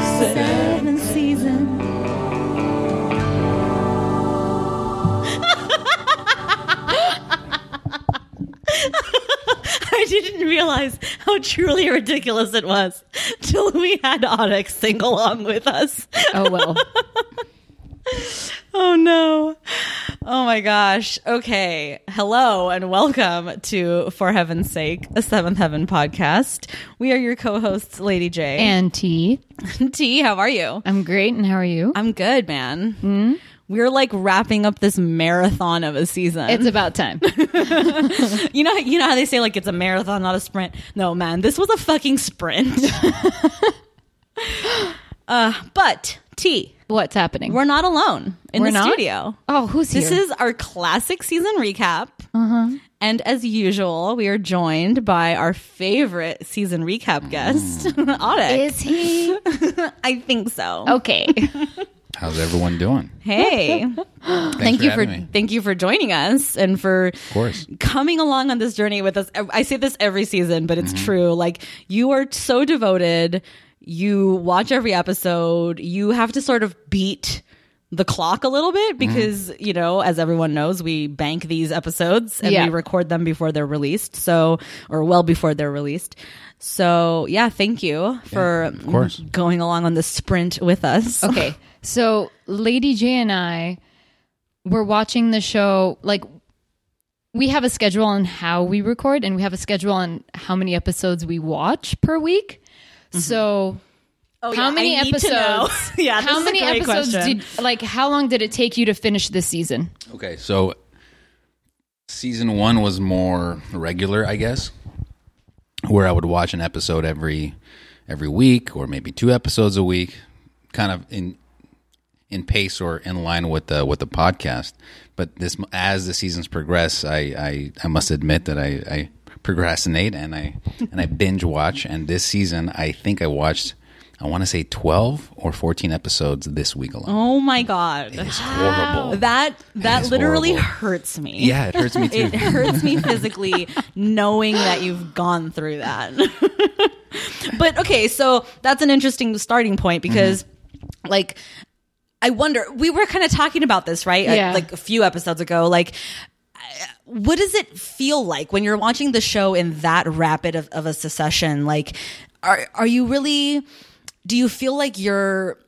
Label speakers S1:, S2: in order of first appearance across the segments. S1: seven seasons.
S2: I didn't realize how truly ridiculous it was till we had Onyx sing along with us.
S1: Oh well.
S2: Oh no. Oh my gosh. Okay. Hello and welcome to For Heaven's Sake, a Seventh Heaven podcast. We are your co hosts, Lady J.
S1: and T,
S2: And T, how are you?
S1: I'm great, and how are you?
S2: I'm good, man.
S1: Hmm?
S2: We're like wrapping up this marathon of a season.
S1: It's about time.
S2: you know, you know how they say like it's a marathon, not a sprint. No, man, this was a fucking sprint. uh, but T,
S1: What's happening?
S2: we're not alone in
S1: We're
S2: the
S1: not?
S2: studio.
S1: oh, who's
S2: This
S1: here? Uh-huh.
S2: is our classic season recap. And as usual, we are joined by our favorite season recap guest, Audek.
S1: Mm. is Oh. he
S2: I think so.
S1: okay?
S3: How's everyone doing?
S2: Hey,
S3: Thanks
S2: thank you for
S3: having me.
S2: thank you for joining us and for
S3: Of course.
S2: coming along on this journey with us. I I say this every season, but it's true. Like you are so devoted. You watch every episode. You have to sort of beat the clock a little bit because, you know, as everyone knows, we bank these episodes and
S1: Yeah.
S2: we record them before they're released. So, or well before they're released. So, yeah, thank you for
S3: course.
S2: going along on the sprint with us.
S1: Okay, so Lady J and I were watching the show. Like, we have a schedule on how we record, and we have a schedule on how many episodes we watch per week. So
S2: Mm-hmm. Oh,
S1: How
S2: yeah,
S1: many
S2: I need to know.
S1: episodes?
S2: yeah, this
S1: how
S2: is a
S1: many
S2: great
S1: episodes
S2: question.
S1: did like how long did it take you to finish this season
S3: Okay, so season one was more regular, I guess, where I would watch an episode every every week or maybe two episodes a week, kind of in in pace or in line with the with the podcast. But this, as the seasons progress, I I, I must admit that I, I procrastinate and I and I binge watch. And this season, I think I watched. I want to say 12 or 14 episodes this week alone.
S2: Oh my god.
S3: It's horrible.
S2: That that
S3: is
S2: literally
S3: horrible.
S2: hurts me.
S3: yeah, it hurts me too.
S2: It hurts me physically knowing that you've gone through that. but okay, so that's an interesting starting point because like I wonder we were kind of talking about this, right? Uh,
S1: Yeah.
S2: Like a few episodes ago, like I- what does it feel like when you're watching the show in that rapid of, of a succession? Like are are you really do you feel like you're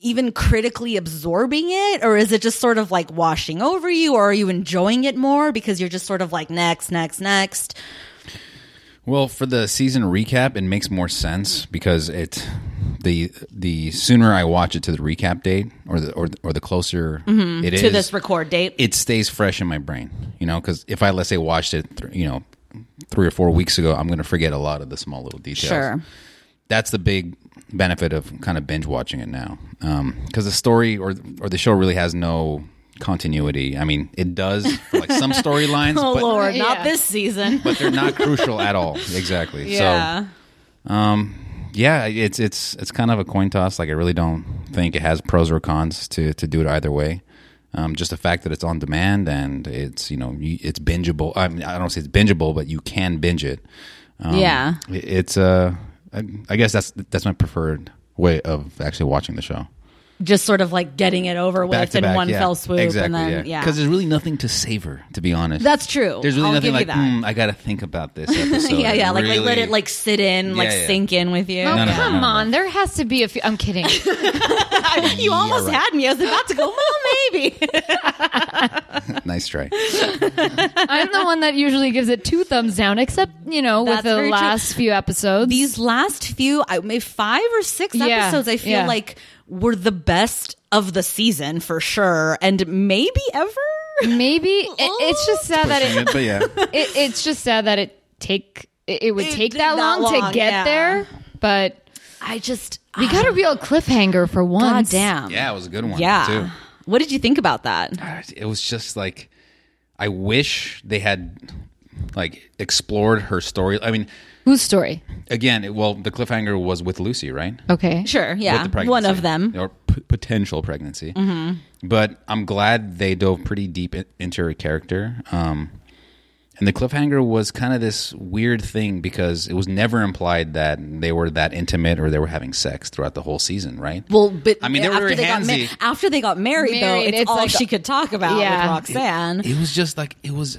S2: even critically absorbing it or is it just sort of like washing over you or are you enjoying it more because you're just sort of like next next next
S3: Well, for the season recap, it makes more sense because it the the sooner I watch it to the recap date or the or, the- or the closer it is
S2: Mm-hmm. to this record date
S3: it stays fresh in my brain. You know, because if I let's say watched it, th- you know, three or four weeks ago, I'm going to forget a lot of the small little details.
S2: sure
S3: that's the big benefit of kind of binge watching it now because the story or or the show really has no continuity. I mean, it does for like some storylines,
S2: oh
S3: but
S2: lord not
S1: Yeah.
S2: this season
S3: but they're not crucial at all. Exactly. So
S2: yeah
S3: yeah, it's it's it's kind of a coin toss. Like I really don't think it has pros or cons to to do it either way. Um, just the fact that it's on demand and it's you know you, it's bingeable. I, mean, I don't say it's bingeable, but you can binge it. um,
S2: yeah
S3: It- It's uh, I, I guess that's that's my preferred way of actually watching the show.
S2: just sort of like getting it over
S3: Back
S2: with
S3: to
S2: in
S3: back,
S2: one
S3: yeah.
S2: fell swoop
S3: Exactly,
S2: and then yeah,
S3: because there's really nothing to savor, to be honest.
S2: that's true
S3: there's really
S2: I'll
S3: nothing
S2: give
S3: like
S2: you that
S3: "Hmm, I got to think about this episode.
S2: yeah yeah
S3: and
S2: like, like let
S3: really-
S2: it like sit in like
S3: yeah.
S2: sink in with you
S1: oh
S3: no, no,
S1: come
S3: no, no.
S1: on there has to be a few i'm kidding
S2: you almost
S3: right.
S2: had me i was about to go well maybe
S3: nice try.
S1: i'm the one that usually gives it two thumbs down except you know
S2: That's
S1: with the
S2: very true.
S1: last few episodes
S2: these last few I maybe five or six
S1: Yeah,
S2: episodes I feel
S1: yeah.
S2: like were the best of the season for sure and maybe ever
S1: maybe it, it's just sad that
S3: Pushing
S1: it,
S3: it, but yeah,
S1: it it's just sad that it take it, it would
S2: It
S1: take
S2: did
S1: that
S2: that
S1: long,
S2: long,
S1: to get
S2: yeah.
S1: there but
S2: I just ah,
S1: we got a real cliffhanger for
S2: God
S1: once
S2: damn
S3: yeah, it was a good one.
S2: Um, yeah
S3: too.
S2: what did you think about that
S3: it was just like I wish they had like explored her story. I mean,
S1: whose story
S3: again, it, well, the cliffhanger was with Lucy, right?
S1: okay
S2: sure
S3: With
S2: yeah
S3: the pregnancy.
S2: one of them Mm-hmm.
S3: or p- potential pregnancy. But I'm glad they dove pretty deep in- into her character. Um, And the cliffhanger was kind of this weird thing because it was never implied that they were that intimate or they were having sex throughout the whole season, right?
S2: Well, but
S3: I mean, they were
S2: after
S3: very
S2: they got
S3: handsy.
S2: after they got married, though,
S1: Married,
S2: it's,
S1: it's
S2: all
S1: like-
S2: she could talk about
S1: Yeah.
S2: with Roxanne.
S3: It was just like it was.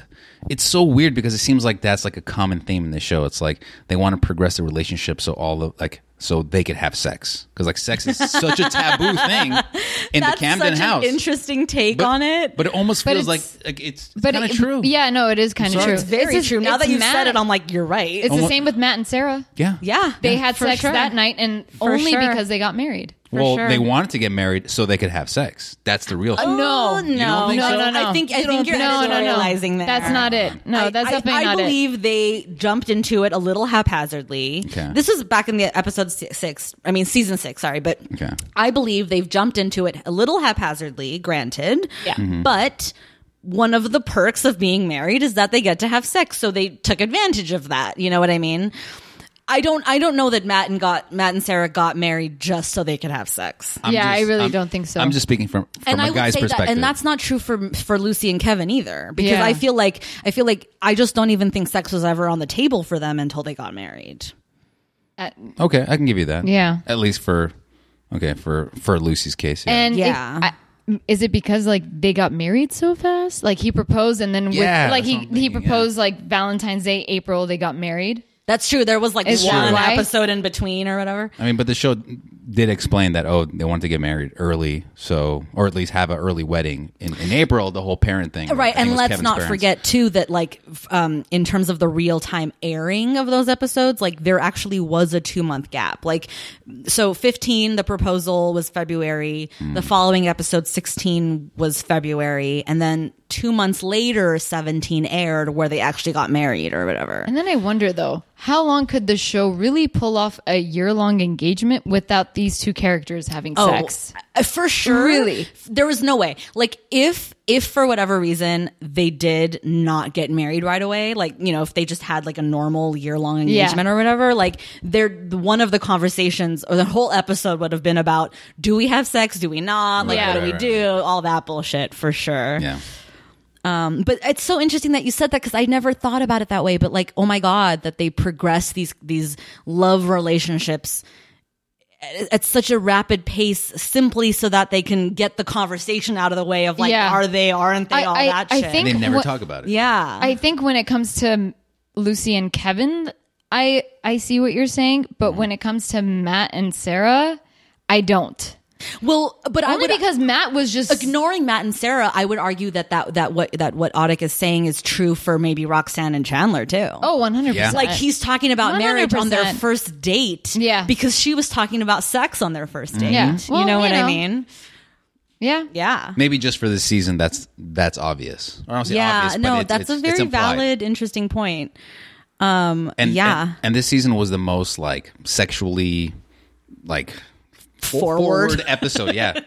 S3: It's so weird because it seems like that's like a common theme in the show. It's like they want to progress the relationship so all of like so they could have sex because like sex is such a taboo thing in the
S2: That's
S3: Camden
S2: such
S3: house.
S2: an interesting take
S3: but,
S2: on it.
S3: but it almost
S1: But
S3: feels like
S1: it's-
S3: like it's, it's
S1: But
S3: kind of
S1: it-
S3: true.
S1: Yeah, no, it is kind of
S3: sorry.
S1: true.
S3: It's
S2: very
S1: just-
S2: true. Now
S1: it's
S2: that you
S1: Matt-
S2: said it, I'm like, you're right.
S1: it's the
S3: Almo-
S1: same with Matt and Sarah.
S3: yeah,
S2: yeah,
S1: They had For sex sure. that night, and
S2: For
S1: only
S2: sure.
S1: because they got married.
S3: Well,
S1: sure.
S3: they wanted to get married so they could have sex. That's the real.
S2: Oh,
S1: No.
S2: no,
S1: You
S3: don't think
S2: no,
S3: so?
S2: no, no. I think I think you're
S1: no, no, no.
S2: editorializing there.
S1: That's not it. No,
S2: I-
S1: that's
S2: I,
S1: definitely
S2: I
S1: not it.
S2: believe they jumped into it a little haphazardly.
S3: Okay.
S2: This is back in the episode si- six. I mean, season six. Sorry, but
S3: Okay.
S2: I believe they've jumped into it a little haphazardly. Granted,
S1: Yeah.
S3: Mm-hmm.
S2: but. One of the perks of being married is that they get to have sex, so they took advantage of that. You know what I mean? I don't. I don't know that Matt and got Matt and Sarah got married just so they could have sex.
S3: I'm
S1: Yeah, I
S3: just-
S1: really
S3: I'm-
S1: don't think so.
S3: I'm just speaking from from a
S2: would
S3: guy's
S2: say that-
S3: perspective.
S2: and that's not true for for Lucy and Kevin either, because
S1: Yeah.
S2: I feel like I feel like I just don't even think sex was ever on the table for them until they got married.
S1: Uh,
S3: okay. I can give you that.
S1: Yeah.
S3: at least for okay for for Lucy's case. Yeah.
S1: And it-
S2: Yeah.
S1: I- is it because like they got married so fast? Like he proposed and then
S3: Yeah,
S1: with, like
S3: that's
S1: he
S3: what I'm
S1: he
S3: thinking,
S1: proposed like Valentine's Day, April they got married.
S2: That's true. There was like
S1: Is
S2: one
S1: that why?
S2: episode in between or whatever.
S3: I mean, but the show did explain that oh, they wanted to get married early, so or at least have an early wedding in, in April. The whole parent thing, I
S2: Right,
S3: think it
S2: and
S3: was
S2: let's
S3: Kevin's
S2: not
S3: parents.
S2: forget too that like f- um in terms of the real time airing of those episodes, like there actually was a 2 month gap. Like so 15 the proposal was February, the
S3: Mm.
S2: following episode 16 was February, and then 2 months later 17 aired where they actually got married or whatever.
S1: And then I wonder though, how long could the show really pull off a year long engagement without these two characters having sex?
S2: uh, for sure.
S1: Really?
S2: there was no way. Like, if if for whatever reason they did not get married right away, like you know, if they just had like a normal year long
S1: Yeah.
S2: engagement or whatever, like there one of the conversations or the whole episode would have been about do we have sex? Do we not? Like,
S1: Right,
S2: what do
S1: right,
S2: we
S3: right,
S2: do? All that bullshit for sure.
S3: Yeah,
S2: Um, but it's so interesting that you said that because I never thought about it that way. But like, oh my god, that they progress these these love relationships at, at such a rapid pace, simply so that they can get the conversation out of the way of like,
S1: Yeah.
S2: are they, aren't they,
S1: I-
S2: all
S1: I-
S2: that
S1: I
S2: shit.
S1: think-
S3: and they never
S1: What-
S3: talk about it.
S2: yeah,
S1: I think when it comes to Lucy and Kevin, I I see what you're saying,
S3: Mm-hmm.
S1: but when it comes to Matt and Sarah, I don't.
S2: well, but I
S1: Only
S2: would
S1: because Matt was just
S2: ignoring Matt and Sarah, I would argue that that that what that what Audic is saying is true for maybe Roxanne and Chandler too.
S1: oh 100%.
S3: Yeah.
S2: Like he's talking about marriage on their
S1: 100%.
S2: first date,
S1: Yeah.
S2: Because she was talking about sex on their first date.
S1: Yeah.
S2: you
S1: Well,
S2: know
S1: you
S2: what I
S1: know.
S2: mean?
S1: Yeah.
S2: Yeah,
S3: Maybe just for this season, that's that's obvious. Or I don't say
S2: yeah.
S3: obvious, but
S2: no,
S3: it's-
S2: that's
S3: it's-
S2: a
S3: it's
S2: very
S3: implied.
S2: valid, interesting point. Um,
S3: And
S2: yeah.
S3: and, and this season was the most like sexually like
S2: Forward.
S3: episode. Yeah,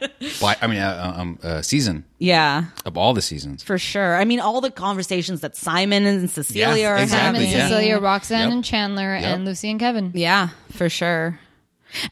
S3: By, I mean uh, um, uh, season
S2: Yeah,
S3: of all the seasons.
S2: for sure. I mean, all the conversations that Simon and Cecilia
S3: Yeah,
S2: are
S3: exactly,
S1: Simon,
S2: having.
S3: yeah.
S1: Cecilia, Roxanne,
S3: Yep.
S1: and Chandler, and Lucy and Kevin.
S2: Yeah, for sure.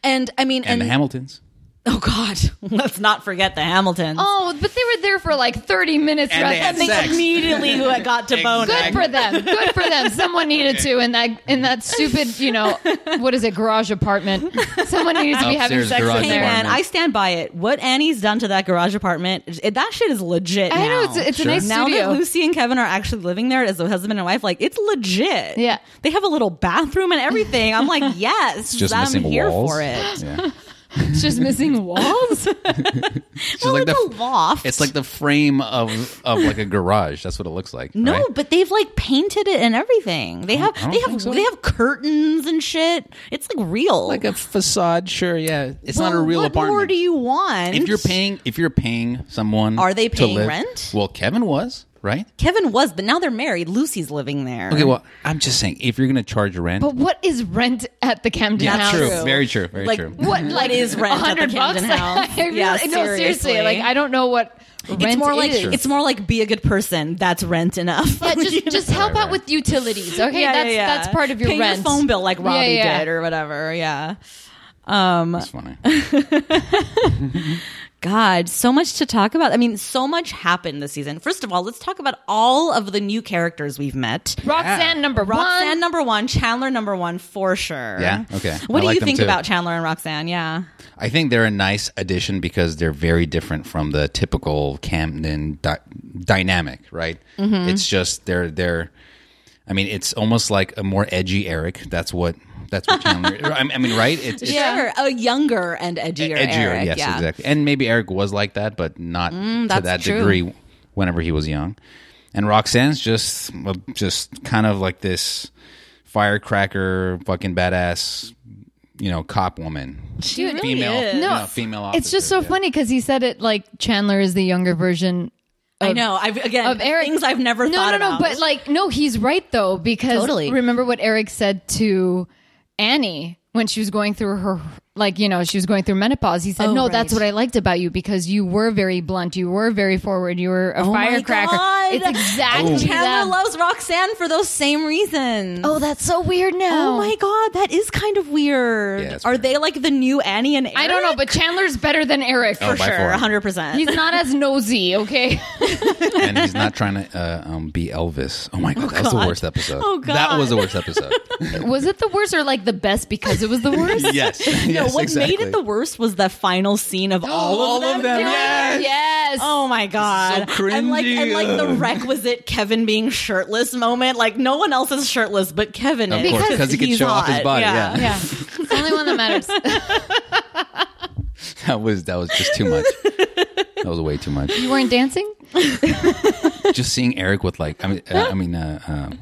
S2: And I mean, and,
S3: and the Hamiltons.
S2: oh god, let's not forget the Hamiltons.
S1: Oh, but they were there for like 30 minutes.
S3: And
S1: rather
S3: they
S1: than
S3: had
S2: they
S3: sex.
S2: immediately got to boning.
S1: Good for them. Good for them. Someone needed to in that in that stupid, you know, what is it, garage apartment. Someone needed to be having
S3: Upstairs
S1: sex
S3: garage
S1: in
S2: Hey
S1: there.
S2: man,
S3: Apartment.
S2: I stand by it. What Annie's done to that garage apartment, it, that shit is legit.
S1: I know
S2: now.
S1: it's, it's a nice
S2: now
S1: studio.
S2: that Lucy and Kevin are actually living there as a husband and wife, like it's legit.
S1: Yeah.
S2: they have a little bathroom and everything. I'm like, yes,
S3: just
S2: I'm
S3: missing
S2: here
S3: walls.
S2: for it.
S3: Yeah.
S1: it's just missing walls.
S3: It's
S2: well,
S3: like
S2: it's
S3: the-
S2: a loft.
S3: It's like the frame of of like a garage. That's what it looks like.
S2: no,
S3: right?
S2: but they've like painted it and everything. They have
S3: don't
S2: they have
S3: think so.
S2: they have curtains and shit. It's like real.
S3: like a facade. Sure, yeah. It's not a
S2: Well,
S3: real
S2: what
S3: apartment.
S2: more do you want?
S3: if you're paying, if you're paying someone,
S2: Are they
S3: to
S2: paying
S3: live-
S2: rent?
S3: Well, Kevin was right.
S2: Kevin was, but now they're married. Lucy's living there.
S3: Okay, well, I'm just saying, if you're going to charge rent,
S1: but what is rent at the Camden
S3: yeah,
S1: House?
S3: true,
S2: true.
S3: very true, very
S2: Like,
S3: true.
S1: What like
S2: is rent at the
S1: 100 bucks?
S2: Camden House?
S1: I really,
S2: Yeah,
S1: no, seriously.
S2: seriously.
S1: Like I don't know what rent
S2: it's more like
S1: is.
S2: it's more like be a good person. That's rent enough.
S1: Yeah, just just help
S3: Right,
S1: out with utilities. Okay,
S2: Yeah, yeah,
S1: that's
S2: yeah.
S1: that's part of your
S2: Pay
S1: rent.
S2: phone bill like
S1: Yeah,
S2: Robbie
S1: yeah.
S2: did or whatever. Yeah,
S3: That's funny.
S2: God, so much to talk about. I mean, so much happened this season. First of all, let's talk about all of the new characters we've met.
S1: Roxanne number
S2: Roxanne
S1: one.
S2: number one, Chandler number one for sure.
S3: Yeah? Okay.
S2: What
S3: I
S2: do
S3: like
S2: you
S3: them
S2: think
S3: too.
S2: about Chandler and Roxanne? Yeah.
S3: I think they're a nice addition because they're very different from the typical Camden dy- dynamic, right?
S2: Mm-hmm.
S3: It's just they're they're. I mean, it's almost like a more edgy Eric. That's what that's what Chandler. I mean- I mean, right? It's, it's
S2: Sure. A younger and edgier, Eric.
S3: E-, yes,
S2: yeah. Mm,
S3: exactly. And maybe Eric was like that, but not to
S2: that's
S3: that
S2: true.
S3: degree whenever he was young. And Roxanne's just well, just kind of like this firecracker, fucking badass, you know, cop woman,
S1: Dude, really
S3: female,
S2: is.
S3: no,
S1: No,
S3: female.
S1: It's just so
S3: officer, yeah.
S1: funny because he said it like Chandler is the younger version
S2: I know. I've again
S1: of Eric.
S2: things I've never
S1: no,
S2: thought
S1: no, no,
S2: about.
S1: but like, no, he's right though because
S2: Totally.
S1: remember what Eric said to Annie when she was going through her, like you know, she was going through menopause. He said,
S2: Oh,
S1: "No,
S2: right.
S1: that's what I liked about you because you were very blunt, you were very forward, you were a
S2: Oh my
S1: firecracker."
S2: God.
S1: It's exactly
S2: Chandler
S1: that.
S2: loves Roxanne for those same reasons.
S1: oh, that's so weird now.
S2: Oh my god, that is kind of weird.
S3: Yeah, it's
S2: Are
S3: weird.
S2: they like the new Annie and Eric?
S1: I don't know, but Chandler's better than Eric.
S3: Oh,
S2: for
S3: by
S2: sure,
S3: far.
S2: hundred percent.
S1: He's not as nosy, okay?
S3: and he's not trying to uh, um, be Elvis. Oh my god, that was
S2: God.
S3: the worst episode.
S2: Oh,
S3: that
S2: God.
S3: was the worst episode.
S1: was it the worst or like the best because it was the worst?
S3: yes,
S2: No,
S3: yes,
S2: what
S3: exactly.
S2: made it the worst was the final scene of all,
S3: all
S2: of them.
S3: of them,
S2: doing-
S3: yes.
S1: Yes.
S2: Oh my god!
S3: So
S2: And like and
S3: cringy.
S2: like the requisite Kevin being shirtless moment. Like no one else is shirtless, but Kevin
S3: Of
S2: is
S3: course,
S1: Because
S3: because he could
S2: he's
S3: show off his
S2: hot.
S3: body.
S2: Yeah.
S3: Yeah,
S1: Yeah. It's the only one that matters.
S3: that was that was just too much. That was way too much.
S1: You weren't dancing?
S3: just seeing Eric with like I mean uh, I mean uh, um,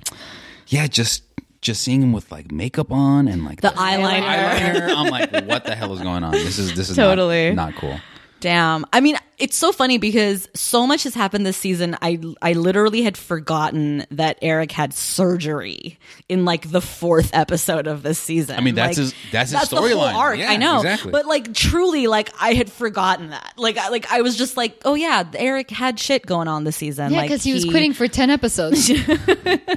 S3: yeah just just seeing him with like makeup on and like
S2: the eyeliner.
S3: eyeliner I'm like what the hell is going on this is this is
S2: Totally.
S3: not, not cool
S2: Damn. I mean, it's so funny because so much has happened this season. I I literally had forgotten that Eric had surgery in like the fourth episode of this season. I
S3: mean, that's his- that's his storyline.
S2: arc.
S3: Yeah,
S2: I know.
S3: exactly.
S2: But like truly like I had forgotten that. Like I, like I was just like, "Oh yeah, Eric had shit going on this season."
S1: Yeah,
S2: like
S1: because he was quitting for 10 episodes.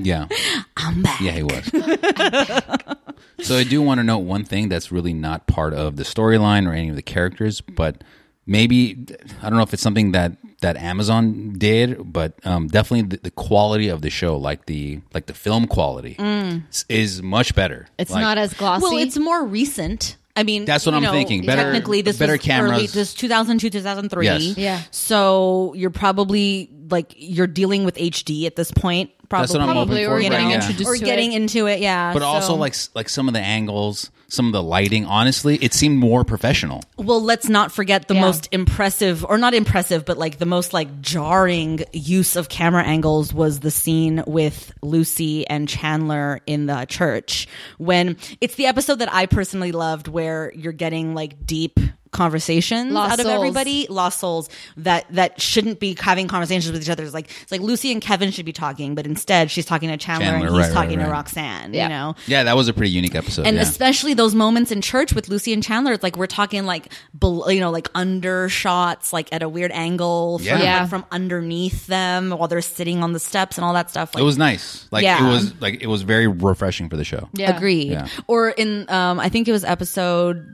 S3: yeah
S2: I'm back.
S3: yeah he was so I do want to note one thing that's really not part of the storyline or any of the characters but maybe I don't know if it's something that that Amazon did but um, definitely the, the quality of the show like the like the film quality s- is much better
S1: Mm. It's
S3: Like,
S1: not as glossy.
S2: Well, it's more recent. I mean,
S3: That's what
S2: you
S3: I'm
S2: know,
S3: thinking. Better-
S2: technically, this
S3: better
S2: was
S3: cameras.
S2: Early, this 2002, 2003.
S3: Yes.
S1: Yeah.
S2: So you're probably like you're dealing with HD at this point. Probably,
S3: That's what I'm hoping
S1: Probably,
S3: for,
S1: or
S3: right?
S1: getting
S3: Yeah.
S1: introduced
S2: or
S1: to
S2: getting
S1: it.
S2: into it. Yeah.
S3: but also
S2: so-
S3: like s- like some of the angles, some of the lighting. Honestly, it seemed more professional.
S2: well, let's not forget the
S1: Yeah.
S2: most impressive, or not impressive, but like the most like jarring use of camera angles was the scene with Lucy and Chandler in the church. When it's the episode that I personally loved, where you're getting like deep conversations
S1: Lost
S2: out of
S1: souls.
S2: everybody, lost souls that that shouldn't be having conversations with each other. It's like it's like Lucy and Kevin should be talking, but instead she's talking to Chandler,
S3: Chandler,
S2: and he's
S3: right, right,
S2: talking to
S3: right.
S2: Roxanne.
S1: Yeah.
S2: You know,
S3: Yeah, that was a pretty unique episode.
S2: and
S3: yeah.
S2: especially those moments in church with Lucy and Chandler, it's like we're talking like bel- you know like under shots, like at a weird angle, from,
S3: Yeah.
S1: Yeah.
S2: like, from underneath them while they're sitting on the steps and all that stuff. Like,
S3: it was nice. Like
S2: Yeah.
S3: it was like it was very refreshing for the show.
S1: Yeah.
S2: agreed.
S3: Yeah.
S2: Or in um, I think it was episode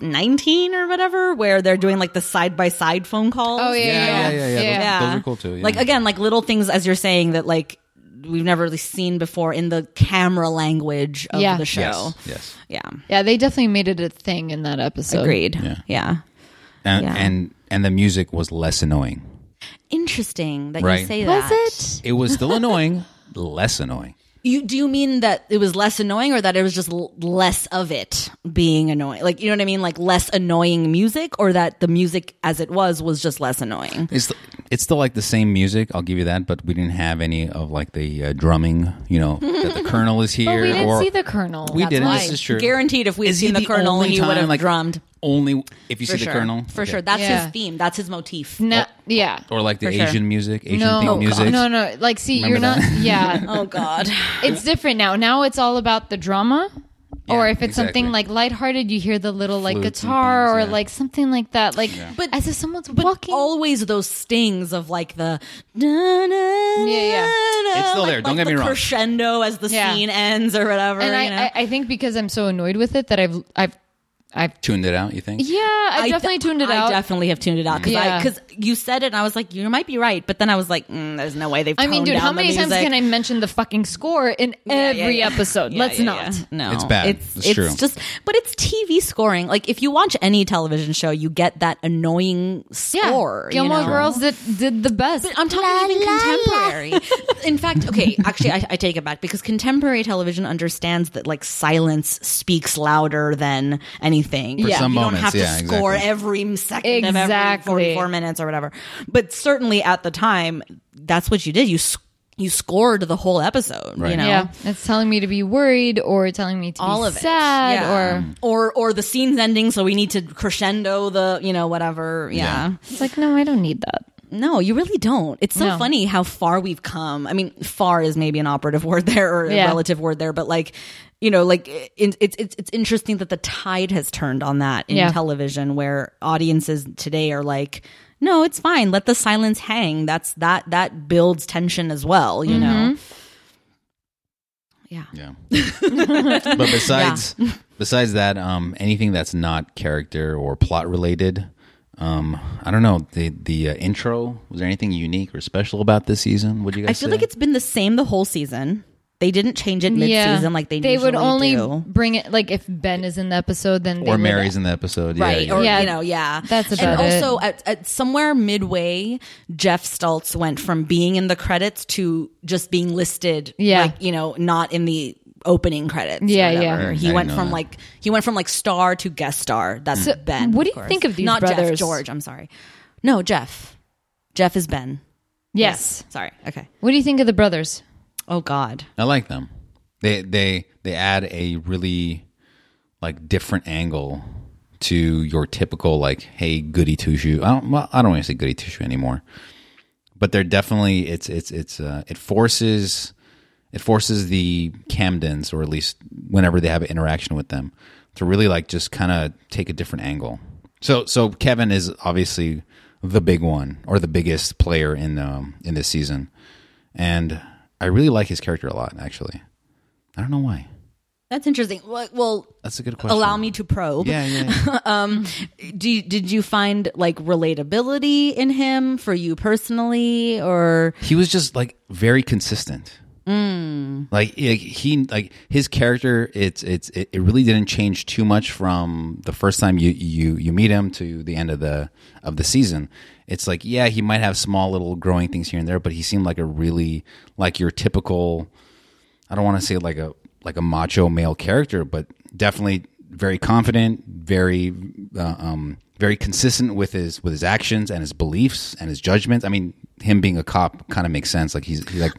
S2: nineteen or whatever, where they're doing like the side by side phone calls.
S1: Oh, yeah, yeah, yeah.
S3: Those,
S2: Yeah.
S3: those were cool too. yeah.
S2: Like again, like little things as you're saying that like we've never really seen before in the camera language of
S1: Yeah.
S2: the show.
S3: yes, yes,
S2: Yeah.
S1: Yeah, they definitely made it a thing in that episode.
S2: Agreed.
S3: Yeah.
S2: yeah.
S3: and
S2: Yeah.
S3: and and the music was less annoying.
S2: Interesting that you
S3: Right.
S2: say
S1: Was
S2: that.
S1: it?
S3: It was still annoying, less annoying.
S2: You do you mean that it was less annoying, or that it was just l- less of it being annoying? Like you know what I mean? Like less annoying music, or that the music as it was was just less annoying.
S3: It's it's still like the same music. I'll give you that, but we didn't have any of like the uh, drumming. You know, that the Colonel is here.
S1: But we didn't
S3: or
S1: see the Colonel.
S3: we
S1: That's
S3: didn't.
S1: why.
S3: This is true.
S2: Guaranteed, if we'd
S3: Is he
S2: seen the,
S3: the
S2: Colonel,
S3: only
S2: he would
S3: time,
S2: have
S3: like,
S2: drummed.
S3: only if you
S2: For
S3: see
S2: sure.
S3: the Colonel
S2: for
S3: Okay.
S2: sure. That's
S1: Yeah.
S2: his theme. That's his motif.
S1: No, yeah.
S3: or like the
S2: sure.
S3: Asian music, Asian
S1: No,
S3: themed music.
S1: no, no. Like, see,
S3: Remember
S1: you're not.
S3: that?
S1: Yeah,
S2: Oh God.
S1: it's different now. Now it's all about the drama. or
S3: Yeah,
S1: if it's something
S3: exactly.
S1: like lighthearted, you hear the little like
S3: Flutes and
S1: guitar
S3: things,
S1: or
S3: yeah.
S1: like something like that. Like,
S2: But-
S1: as if someone's
S2: but
S1: walking.
S2: always those stings of like the yeah,
S1: yeah.
S3: It's still there. Don't get me wrong.
S2: Crescendo as the
S1: Yeah.
S2: scene ends or whatever.
S1: and
S2: you
S1: I,
S2: know?
S1: I, I think because I'm so annoyed with it that I've I've I've
S3: Tuned it out, you think?
S1: yeah, I,
S2: de-
S1: definitely tuned it
S2: I
S1: out.
S2: definitely have tuned it out because
S1: Yeah.
S2: because you said it, and I was like, you might be right, but then I was like, mm, there's no way they've.
S1: I mean,
S2: toned
S1: dude,
S2: down
S1: how
S2: the
S1: many times
S2: music.
S1: can I mention the fucking score in
S2: Yeah, yeah,
S1: every
S2: yeah.
S1: episode?
S2: Yeah,
S1: Let's
S2: yeah,
S1: not.
S2: yeah. No,
S3: It's bad.
S2: It's
S3: It's
S2: it's
S3: true.
S2: just, but it's TV scoring. Like if you watch any television show, you get that annoying
S1: Yeah,
S2: score. you
S1: Gilmore
S2: know?
S1: Girls that did the best.
S2: But I'm talking even contemporary. In fact, okay, actually, I, I take it back because contemporary television understands that like silence speaks louder than anything.
S1: For Yeah. some
S2: you
S3: moments,
S2: don't have to
S3: yeah,
S2: score
S3: exactly.
S2: every second of every
S1: Exactly.
S2: 44 minutes or whatever. But certainly at the time, that's what you did. You sc- you scored the whole episode.
S3: Right.
S2: You know.
S1: Yeah, it's telling me to be worried or telling me to
S2: All
S1: be
S2: of it.
S1: sad
S2: Yeah.
S1: or
S2: or or the scene's ending, so we need to crescendo the you know whatever.
S3: Yeah.
S2: yeah.
S1: it's like no, I don't need that.
S2: No, you really don't. It's so
S1: No.
S2: funny how far we've come. I mean, far is maybe an operative word there or
S1: Yeah.
S2: a relative word there, but like, you know, like it- it's it's it's interesting that the tide has turned on that in
S1: Yeah.
S2: television, where audiences today are like, no, it's fine. Let the silence hang. That's that that builds tension as well. You know.
S1: Mm-hmm.
S2: Yeah.
S3: Yeah. but besides besides that, um, anything that's not character or plot related, um, I don't know the the uh, intro. Was there anything unique or special about this season? Would you guys?
S2: I feel
S3: say?
S2: like it's been the same the whole season. They didn't change it mid season like they
S1: would
S2: usually
S1: only
S2: do.
S1: bring it like if Ben is in the episode, then they
S3: or
S1: would-
S3: Mary's in the episode,
S2: right
S3: Yeah,
S2: or
S1: Yeah.
S2: you know yeah
S1: That's
S2: and
S1: about it.
S2: also at, at somewhere midway jeff stultz went from being in the credits to just being listed
S1: Yeah.
S2: like you know not in the opening credits or
S1: Yeah, yeah.
S2: whatever.
S1: Mm,
S3: I
S2: he went
S3: know
S2: from
S3: that.
S2: like he went from like star to guest star that's ben
S1: what do
S2: of
S1: you
S2: course.
S1: think of these
S2: not jeff
S1: brothers?
S2: george i'm sorry no jeff jeff is ben
S1: Yes.
S2: sorry okay
S1: What do you think of the brothers?
S2: oh god
S3: I like them. They they they add a really like different angle to your typical like hey goody two shoe. I don't well, I don't want to say goody two shoe anymore, but they're definitely it's it's it's uh, it forces it forces the Camdens or at least whenever they have an interaction with them to really like just kind of take a different angle. So so Kevin is obviously the big one or the biggest player in um, in this season, and I really like his character a lot. Actually, I don't know why.
S2: that's interesting well, well
S3: That's a good question.
S2: allow me to probe
S3: Yeah, yeah. yeah.
S2: do you, did you find like relatability in him for you personally or
S3: he was just like very consistent.
S2: Mm.
S3: Like he- he like his character. It's it's it, it really didn't change too much from the first time you you you meet him to the end of the of the season. It's like yeah, he might have small little growing things here and there, but he seemed like a really like your typical. I don't want to say like a like a macho male character, but definitely very confident, very uh, um, very consistent with his with his actions and his beliefs and his judgments. I mean, him being a cop kind of makes sense. Like he's, he's like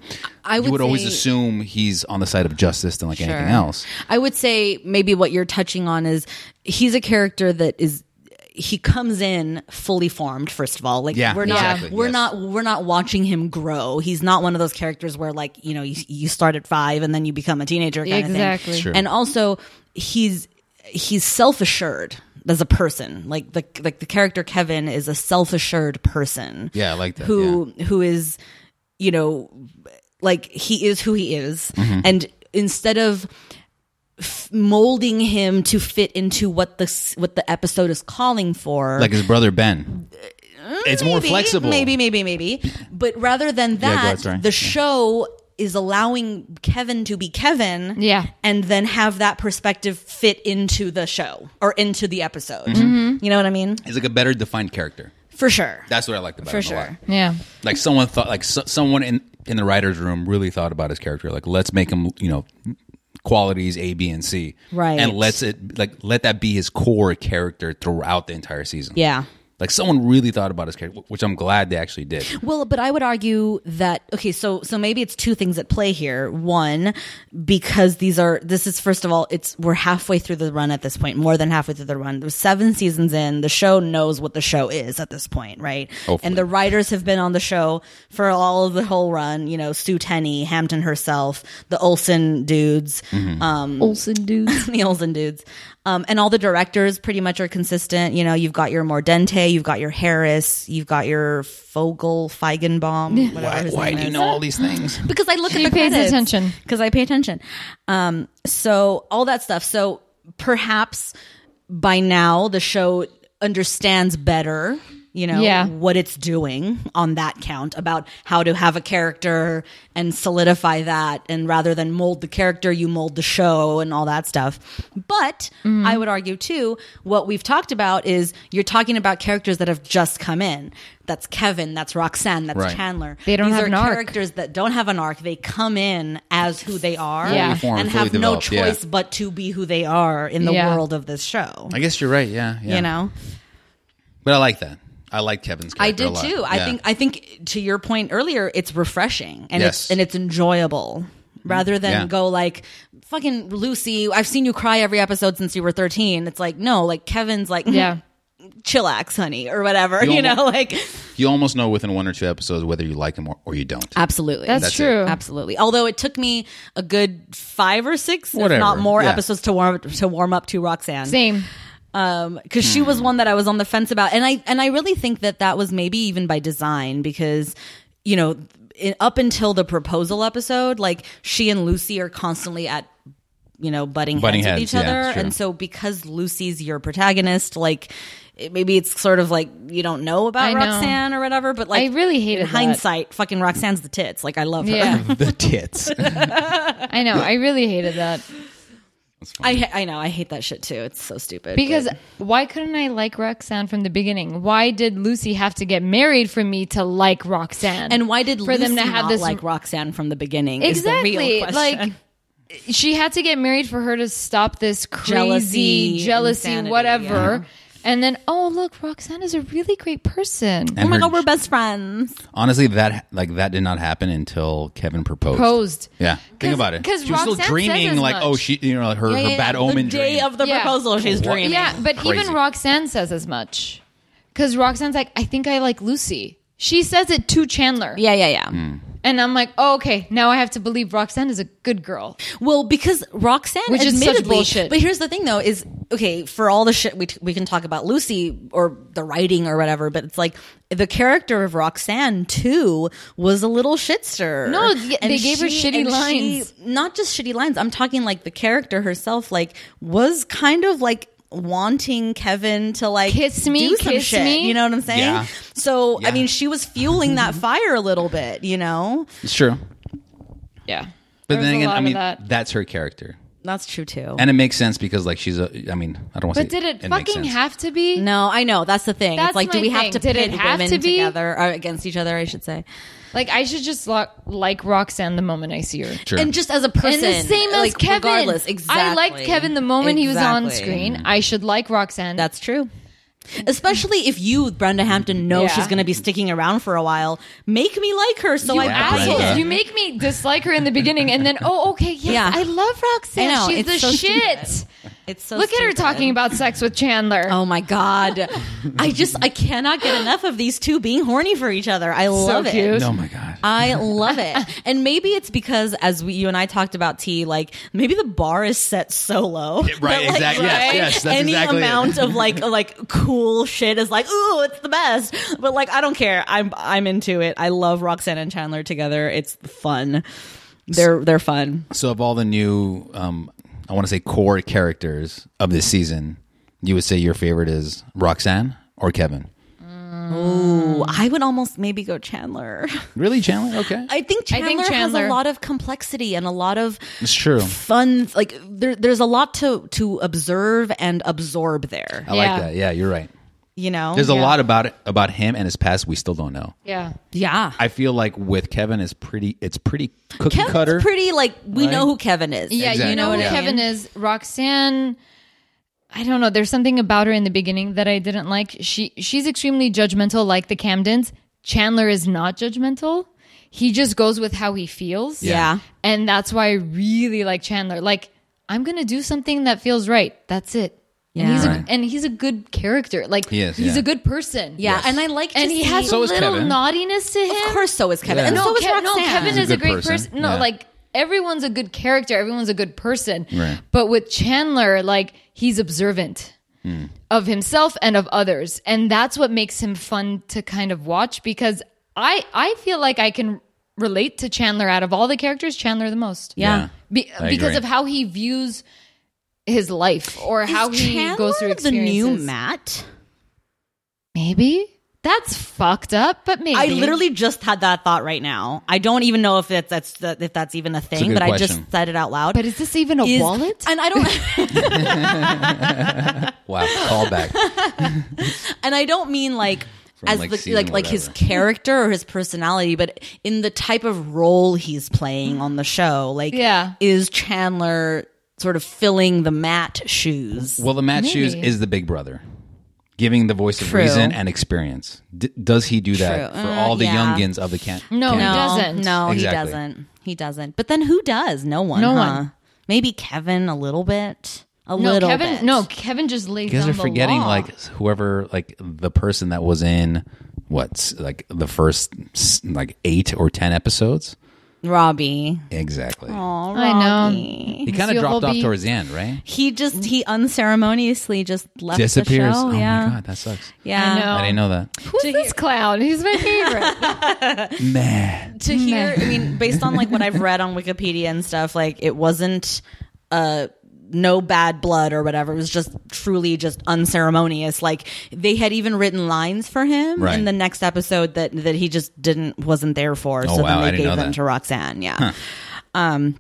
S2: I
S3: you
S2: would
S3: would always
S2: say-
S3: assume he's on the side of justice than like anything
S2: Sure.
S3: else.
S2: I would say maybe what you're touching on is he's a character that is he comes in fully formed first of all like
S3: Yeah,
S2: we're not
S3: exactly,
S2: we're
S3: yes.
S2: not we're not watching him grow he's not one of those characters where like you know you, you start at five and then you become a teenager kind of
S1: Exactly.
S2: thing
S1: Sure.
S2: and also he's he's self-assured as a person like the like the character kevin is a self-assured person
S3: Yeah, I like that. yeah.
S2: who who is you know like he is who he is
S3: Mm-hmm.
S2: and instead of f- molding him to fit into what the s- what the episode is calling for
S3: like his brother Ben. It's more
S2: Uh, maybe,
S3: flexible.
S2: Maybe, maybe, maybe. But rather than
S3: go ahead,
S2: that,
S3: sorry.
S2: the show is allowing Kevin to be Kevin.
S1: Yeah.
S2: And then have that perspective fit into the show or into the episode.
S3: Mm-hmm.
S2: You know what I mean?
S3: He's like a better defined character.
S2: For sure.
S3: That's what I liked about
S2: For
S3: him a lot.
S2: sure.
S1: Yeah.
S3: like someone thought like so, someone in in the writers room really thought about his character like let's make him you know qualities a b and c
S2: Right.
S3: and let's it like let that be his core character throughout the entire season
S2: Yeah.
S3: like someone really thought about his character which i'm glad they actually did
S2: Well, but I would argue that okay, so so maybe it's two things at play here. One, because these are this is first of all, it's we're halfway through the run at this point, more than halfway through the run. There's seven seasons in. The show knows what the show is at this point, right? And the writers have been on the show for all of the whole run. You know, Sue Tenney, Hampton herself, the Olsen dudes,
S1: Olsen dudes.
S2: the Olsen dudes. Um, and all the directors pretty much are consistent. You know, you've got your Mordente, you've got your Harris, you've got your Fogel, Feigenbaum, whatever
S3: why,
S2: his
S3: why
S2: name
S3: do you
S2: is.
S3: know all these things
S2: Because I look at the
S1: pays
S2: credits.
S1: attention.
S2: Because I pay attention. Um, so all that stuff. So perhaps by now the show understands better you know
S1: Yeah.
S2: what it's doing on that count about how to have a character and solidify that and rather than mold the character you mold the show and all that stuff but
S1: Mm-hmm.
S2: i would argue too what we've talked about is you're talking about characters that have just come in that's kevin that's roxanne that's
S3: Right.
S2: chandler
S1: They don't
S2: These
S1: have
S2: are
S1: an arc.
S2: characters that don't have an arc they come in as who they are
S1: Yeah.
S3: Fully
S2: and
S3: formed, fully
S2: have no
S3: developed, yeah.
S2: choice but to be who they are in the
S1: Yeah.
S2: world of this show.
S3: I guess you're right. Yeah, yeah.
S2: You know,
S3: but I like that. I like Kevin's. Character
S2: I
S3: a
S2: did
S3: lot.
S2: too. I
S3: Yeah.
S2: think I think to your point earlier, it's refreshing and
S3: Yes.
S2: it's and it's enjoyable rather than
S3: Yeah.
S2: go like fucking Lucy. I've seen you cry every episode since you were thirteen. It's like no, like Kevin's like
S1: Yeah.
S2: chillax, honey, or whatever. You, know, like
S3: you almost know within one or two episodes whether you like him or, or you don't.
S2: absolutely.
S1: That's,
S3: That's it.
S1: true.
S2: Absolutely. Although it took me a good five or six,
S3: Whatever.
S2: if not more,
S3: Yeah.
S2: episodes to warm to warm up to Roxanne.
S1: Same. Hmm.
S2: um because she was one that i was on the fence about and i and i really think that that was maybe even by design because you know in, up until the proposal episode like she and lucy are constantly at you know butting,
S3: Butting
S2: heads,
S3: heads,
S2: with each
S3: yeah,
S2: other
S3: sure.
S2: and so because lucy's your protagonist like it, maybe it's sort of like you don't know about
S1: I know.
S2: roxanne or whatever but like
S1: I really hated
S2: in
S1: that.
S2: hindsight fucking roxanne's the tits like i love her
S1: Yeah.
S3: the tits.
S1: I know. I really hated that.
S2: I, ha- I know i hate that shit too it's so stupid
S1: Because why couldn't I like Roxanne from the beginning? Why did Lucy have to get married for me to like Roxanne?
S2: And why did
S1: for them to have this
S2: like Roxanne from the beginning?
S1: exactly
S2: is the real question.
S1: like she had to get married for her to stop this
S2: Jealousy,
S1: crazy jealousy,
S2: insanity,
S1: whatever. And then oh look, Roxanne is a really great person.
S2: oh my
S3: her-
S2: god, we're best friends.
S3: Honestly, that like that did not happen until Kevin proposed.
S1: Proposed.
S3: Yeah, think
S1: 'Cause-
S3: about it.
S1: 'cause
S3: she was still
S1: Roxanne says
S3: dreaming,
S1: as
S3: like,
S1: much.
S3: oh, she, you know, like her, her bad omen
S2: The day
S3: dream.
S2: of the
S1: Yeah.
S2: proposal, she's
S3: What?
S2: dreaming.
S1: Yeah, but
S3: Crazy.
S1: even Roxanne says as much. Because Roxanne's like, I think I like Lucy. She says it to Chandler.
S2: yeah, yeah, yeah.
S1: And I'm like, oh, okay, now I have to believe Roxanne is a good girl.
S2: Well, because Roxanne,
S1: Which is such
S2: admittedly,
S1: bullshit.
S2: But here's the thing, though, is okay for all the shit we we can talk about Lucy or the writing or whatever. But it's like the character of Roxanne too was a little shitster.
S1: No, th-
S2: And
S1: they gave her shitty
S2: and
S1: lines.
S2: not just shitty lines. I'm talking like the character herself, like was kind of like wanting Kevin to like
S1: Kiss me,
S2: do some
S1: kiss
S2: shit.
S1: me.
S2: You know what I'm saying?
S3: Yeah.
S2: So I
S3: Yeah.
S2: mean, she was fueling that fire a little bit. You know,
S3: it's true.
S1: Yeah.
S3: But then again,
S1: a lot
S3: I
S1: of
S3: mean,
S1: that.
S3: that's her character,
S2: that's true too.
S3: and it makes sense because like she's a. I mean, I don't want to.
S1: But did it,
S3: it makes
S1: fucking
S3: sense.
S1: have to be?
S2: No, I know that's the thing. it's
S1: That's
S2: like, do
S1: my
S2: we have
S1: thing.
S2: to
S1: Did
S2: pit
S1: it have
S2: women
S1: to be?
S2: together or against each other? I should say,
S1: Like, I should just lo- like Roxanne the moment I see her.
S3: Sure.
S2: and just as a person,
S1: And the same as
S2: like,
S1: Kevin.
S2: Regardless, exactly.
S1: I liked Kevin the moment he was on
S2: Exactly.
S1: screen. I should like Roxanne.
S2: That's true. Especially if you, Brenda Hampton, know
S1: Yeah.
S2: she's going to be sticking around for a while, make me like her so
S1: you
S2: I buy
S1: assholes.
S2: it.
S3: Brenda.
S1: You make me dislike her in the beginning, and then oh, okay, yes,
S2: Yeah.
S1: I love Roxanne.
S2: I know,
S1: She's
S2: it's
S1: the
S2: so
S1: shit.
S2: It's so
S1: Look at her
S2: stupid.
S1: talking about sex with Chandler.
S2: Oh my god! I just I cannot get enough of these two being horny for each other. I love it.
S1: cute.
S3: Oh my god.
S2: I love it. And maybe it's because, as we, you and I talked about, T, like maybe the bar is set so low.
S3: Yeah,
S2: that,
S3: right,
S2: like,
S3: exact- yes, yes, that's
S2: any
S3: exactly it.
S2: amount of like like cool shit is like, ooh, it's the best. But like, I don't care. I'm I'm into it. I love Roxanne and Chandler together. It's fun. They're they're fun.
S3: So, of all the new, um, I want to say core characters of this season, you would say your favorite is Roxanne or Kevin?
S2: Ooh, I would almost maybe go Chandler.
S3: Really, Chandler? Okay,
S2: I think
S1: I
S2: Chandler,
S1: think
S2: has
S1: Chandler.
S2: a lot of complexity and a lot of
S3: it's true.
S2: fun. Like there, there's a lot to to observe and absorb there.
S3: I
S1: Yeah.
S3: like that. Yeah, you're right.
S2: You know,
S3: Oh. There's a
S1: Yeah.
S3: lot about it, about him and his past we still don't know.
S1: yeah.
S2: yeah.
S3: I feel like with Kevin is pretty. It's pretty cookie
S2: Kevin's
S3: cutter.
S2: pretty like we
S3: right?
S2: know who Kevin is.
S1: Yeah,
S3: Exactly.
S1: you know
S3: You
S1: what
S3: know what I
S1: Kevin is. Roxanne, I don't know. There's something about her in the beginning that I didn't like. She she's extremely judgmental, like the Camdens. Chandler is not judgmental. He just goes with how he feels.
S2: Yeah.
S1: and that's why I really like Chandler. Like I'm gonna do something that feels right. That's it. And
S2: Yeah.
S1: he's a,
S3: Right.
S1: and he's a good character. Like
S3: He is,
S1: he's
S3: yeah.
S1: a good person.
S2: Yeah, and I like to
S1: and he
S2: see-
S1: has
S3: So
S1: a
S3: is
S1: little
S3: Kevin.
S1: naughtiness to him.
S2: Of course, so is Kevin,
S3: Yeah.
S2: and
S1: No,
S2: so is
S1: Ke-
S2: Roxanne.
S1: no, Kevin
S3: He's
S1: is
S3: a
S1: a,
S3: good
S1: great
S3: person.
S1: person. No,
S3: Yeah.
S1: like everyone's a good character. Everyone's a good person.
S3: Right.
S1: But with Chandler, like he's observant
S3: Hmm.
S1: of himself and of others, and that's what makes him fun to kind of watch. Because I I feel like I can relate to Chandler out of all the characters, Chandler the most.
S2: yeah.
S1: Be-
S3: I
S1: because
S3: agree.
S1: of how he views his life or how
S2: Is
S1: he goes through
S2: Chandler the new
S1: experiences.
S2: Matt.
S1: Maybe that's fucked up, but maybe
S2: I literally just had that thought right now. I don't even know if that's that's the, if that's even a thing,
S3: good
S2: but I
S3: question.
S2: just said it out loud.
S1: But is this even a
S2: Is-
S1: wallet?
S2: and I don't.
S3: Wow, callback.
S2: and I don't mean like
S3: From,
S2: as
S3: like,
S2: the,
S3: season
S2: like like his
S3: whatever.
S2: character or his personality, but in the type of role he's playing on the show. Like,
S1: Yeah.
S2: is Chandler sort of filling the Matt shoes?
S3: Well, the Matt Shoes
S1: Maybe.
S3: is the big brother, giving the voice of
S2: True.
S3: reason and experience. D- does he do that
S2: True.
S3: for
S2: Uh,
S3: all the
S2: yeah.
S3: youngins of the camp?
S1: No,
S3: camp?
S1: he doesn't.
S2: No,
S3: Exactly.
S2: he doesn't. He doesn't. But then who does? No one.
S1: No
S2: huh?
S1: one.
S2: Maybe Kevin a little bit. A
S1: no,
S2: little
S1: Kevin.
S2: bit.
S1: No, Kevin just lays
S3: You guys
S1: down
S3: are
S1: the
S3: forgetting,
S1: law.
S3: like whoever, like the person that was in what's like the first s- like eight or ten episodes.
S2: Robbie.
S3: Exactly.
S2: Aw,
S1: I know.
S2: Robbie.
S3: He kind of
S1: So
S3: dropped
S1: he'll
S3: off
S1: be-
S3: towards the end, right?
S2: He just he unceremoniously just left
S3: Disappears.
S2: the show.
S3: oh
S2: yeah. Um,
S3: my god, that sucks.
S2: Yeah.
S1: I know.
S3: I didn't know that.
S1: Who's this clown? He's my favorite.
S3: Man,
S2: to hear i mean based on like what i've read on wikipedia and stuff like it wasn't uh no bad blood or whatever it was just truly just unceremonious like they had even written lines for him
S3: Right.
S2: in the next episode that that he just didn't wasn't there for so
S3: Oh, wow, I
S2: then they
S3: didn't
S2: gave
S3: know
S2: them
S3: that.
S2: to roxanne yeah um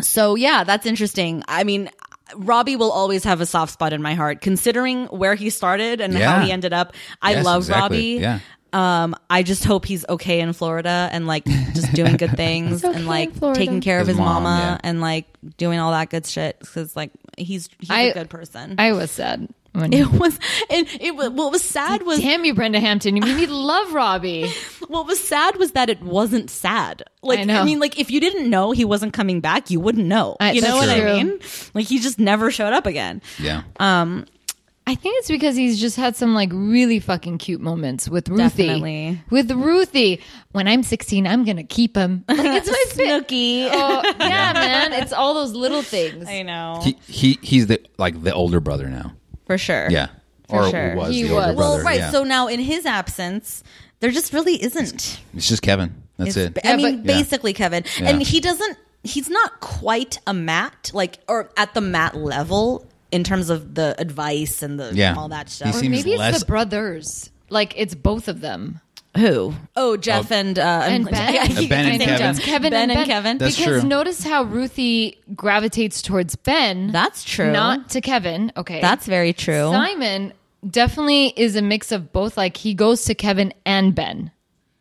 S2: so yeah that's interesting i mean Robbie will always have a soft spot in my heart, considering where he started and how
S3: Yeah.
S2: he ended up. I
S3: Yes,
S2: love
S3: exactly.
S2: Robbie.
S3: Yeah.
S2: Um, I just hope he's okay in Florida and like just doing good things
S1: okay
S2: and
S1: in
S2: like
S1: Florida.
S2: taking care of
S3: His
S2: his
S3: mom,
S2: mama
S3: yeah.
S2: and like doing all that good shit because like he's he's a
S1: I-
S2: good person.
S1: I was sad. When
S2: it was and it wa- what was sad was
S1: Damn you, Brenda Hampton. You made me love Robbie.
S2: what was sad was that it wasn't sad. Like
S1: I
S2: I,
S1: know.
S2: mean, like if you didn't know he wasn't coming back, you wouldn't know.
S1: I-
S2: you know
S1: that's
S2: what
S1: true.
S2: I mean? Like he just never showed up again.
S3: yeah.
S1: I think it's because he's just had some like really fucking cute moments with Ruthie.
S2: Definitely.
S1: With Ruthie. When I'm 16, I'm going to keep him. Like, it's my spit.
S2: Snooky.
S1: Oh, yeah, man. It's all those little things.
S2: I know
S3: he, he he's the like the older brother now.
S2: for sure.
S3: Yeah,
S2: For
S3: or
S2: sure.
S3: was
S1: He
S3: the older
S1: was.
S2: Well,
S3: brother?
S2: right.
S3: yeah.
S2: So now in his absence, there just really isn't.
S3: it's just Kevin. That's it.
S2: I mean,
S1: but-
S3: Yeah.
S2: basically, Kevin,
S3: Yeah.
S2: and he doesn't. He's not quite a Matt, like or at the Matt level in terms of the advice and the
S3: Yeah.
S2: all that
S3: He
S2: stuff.
S1: Or
S3: seems
S1: maybe it's
S3: less-
S1: the brothers. Like, it's both of them.
S2: Who? Oh, Jeff and uh,
S1: And Ben.
S2: I keep
S3: Ben and
S2: saying
S3: Kevin.
S2: Jeff.
S1: Kevin
S2: Ben
S1: and,
S2: and
S1: Ben.
S2: Kevin.
S3: That's
S1: because
S3: true.
S1: notice how Ruthie gravitates towards Ben.
S2: That's true.
S1: Not to Kevin. Okay.
S2: That's very true.
S1: Simon definitely is a mix of both. Like he goes to Kevin and Ben.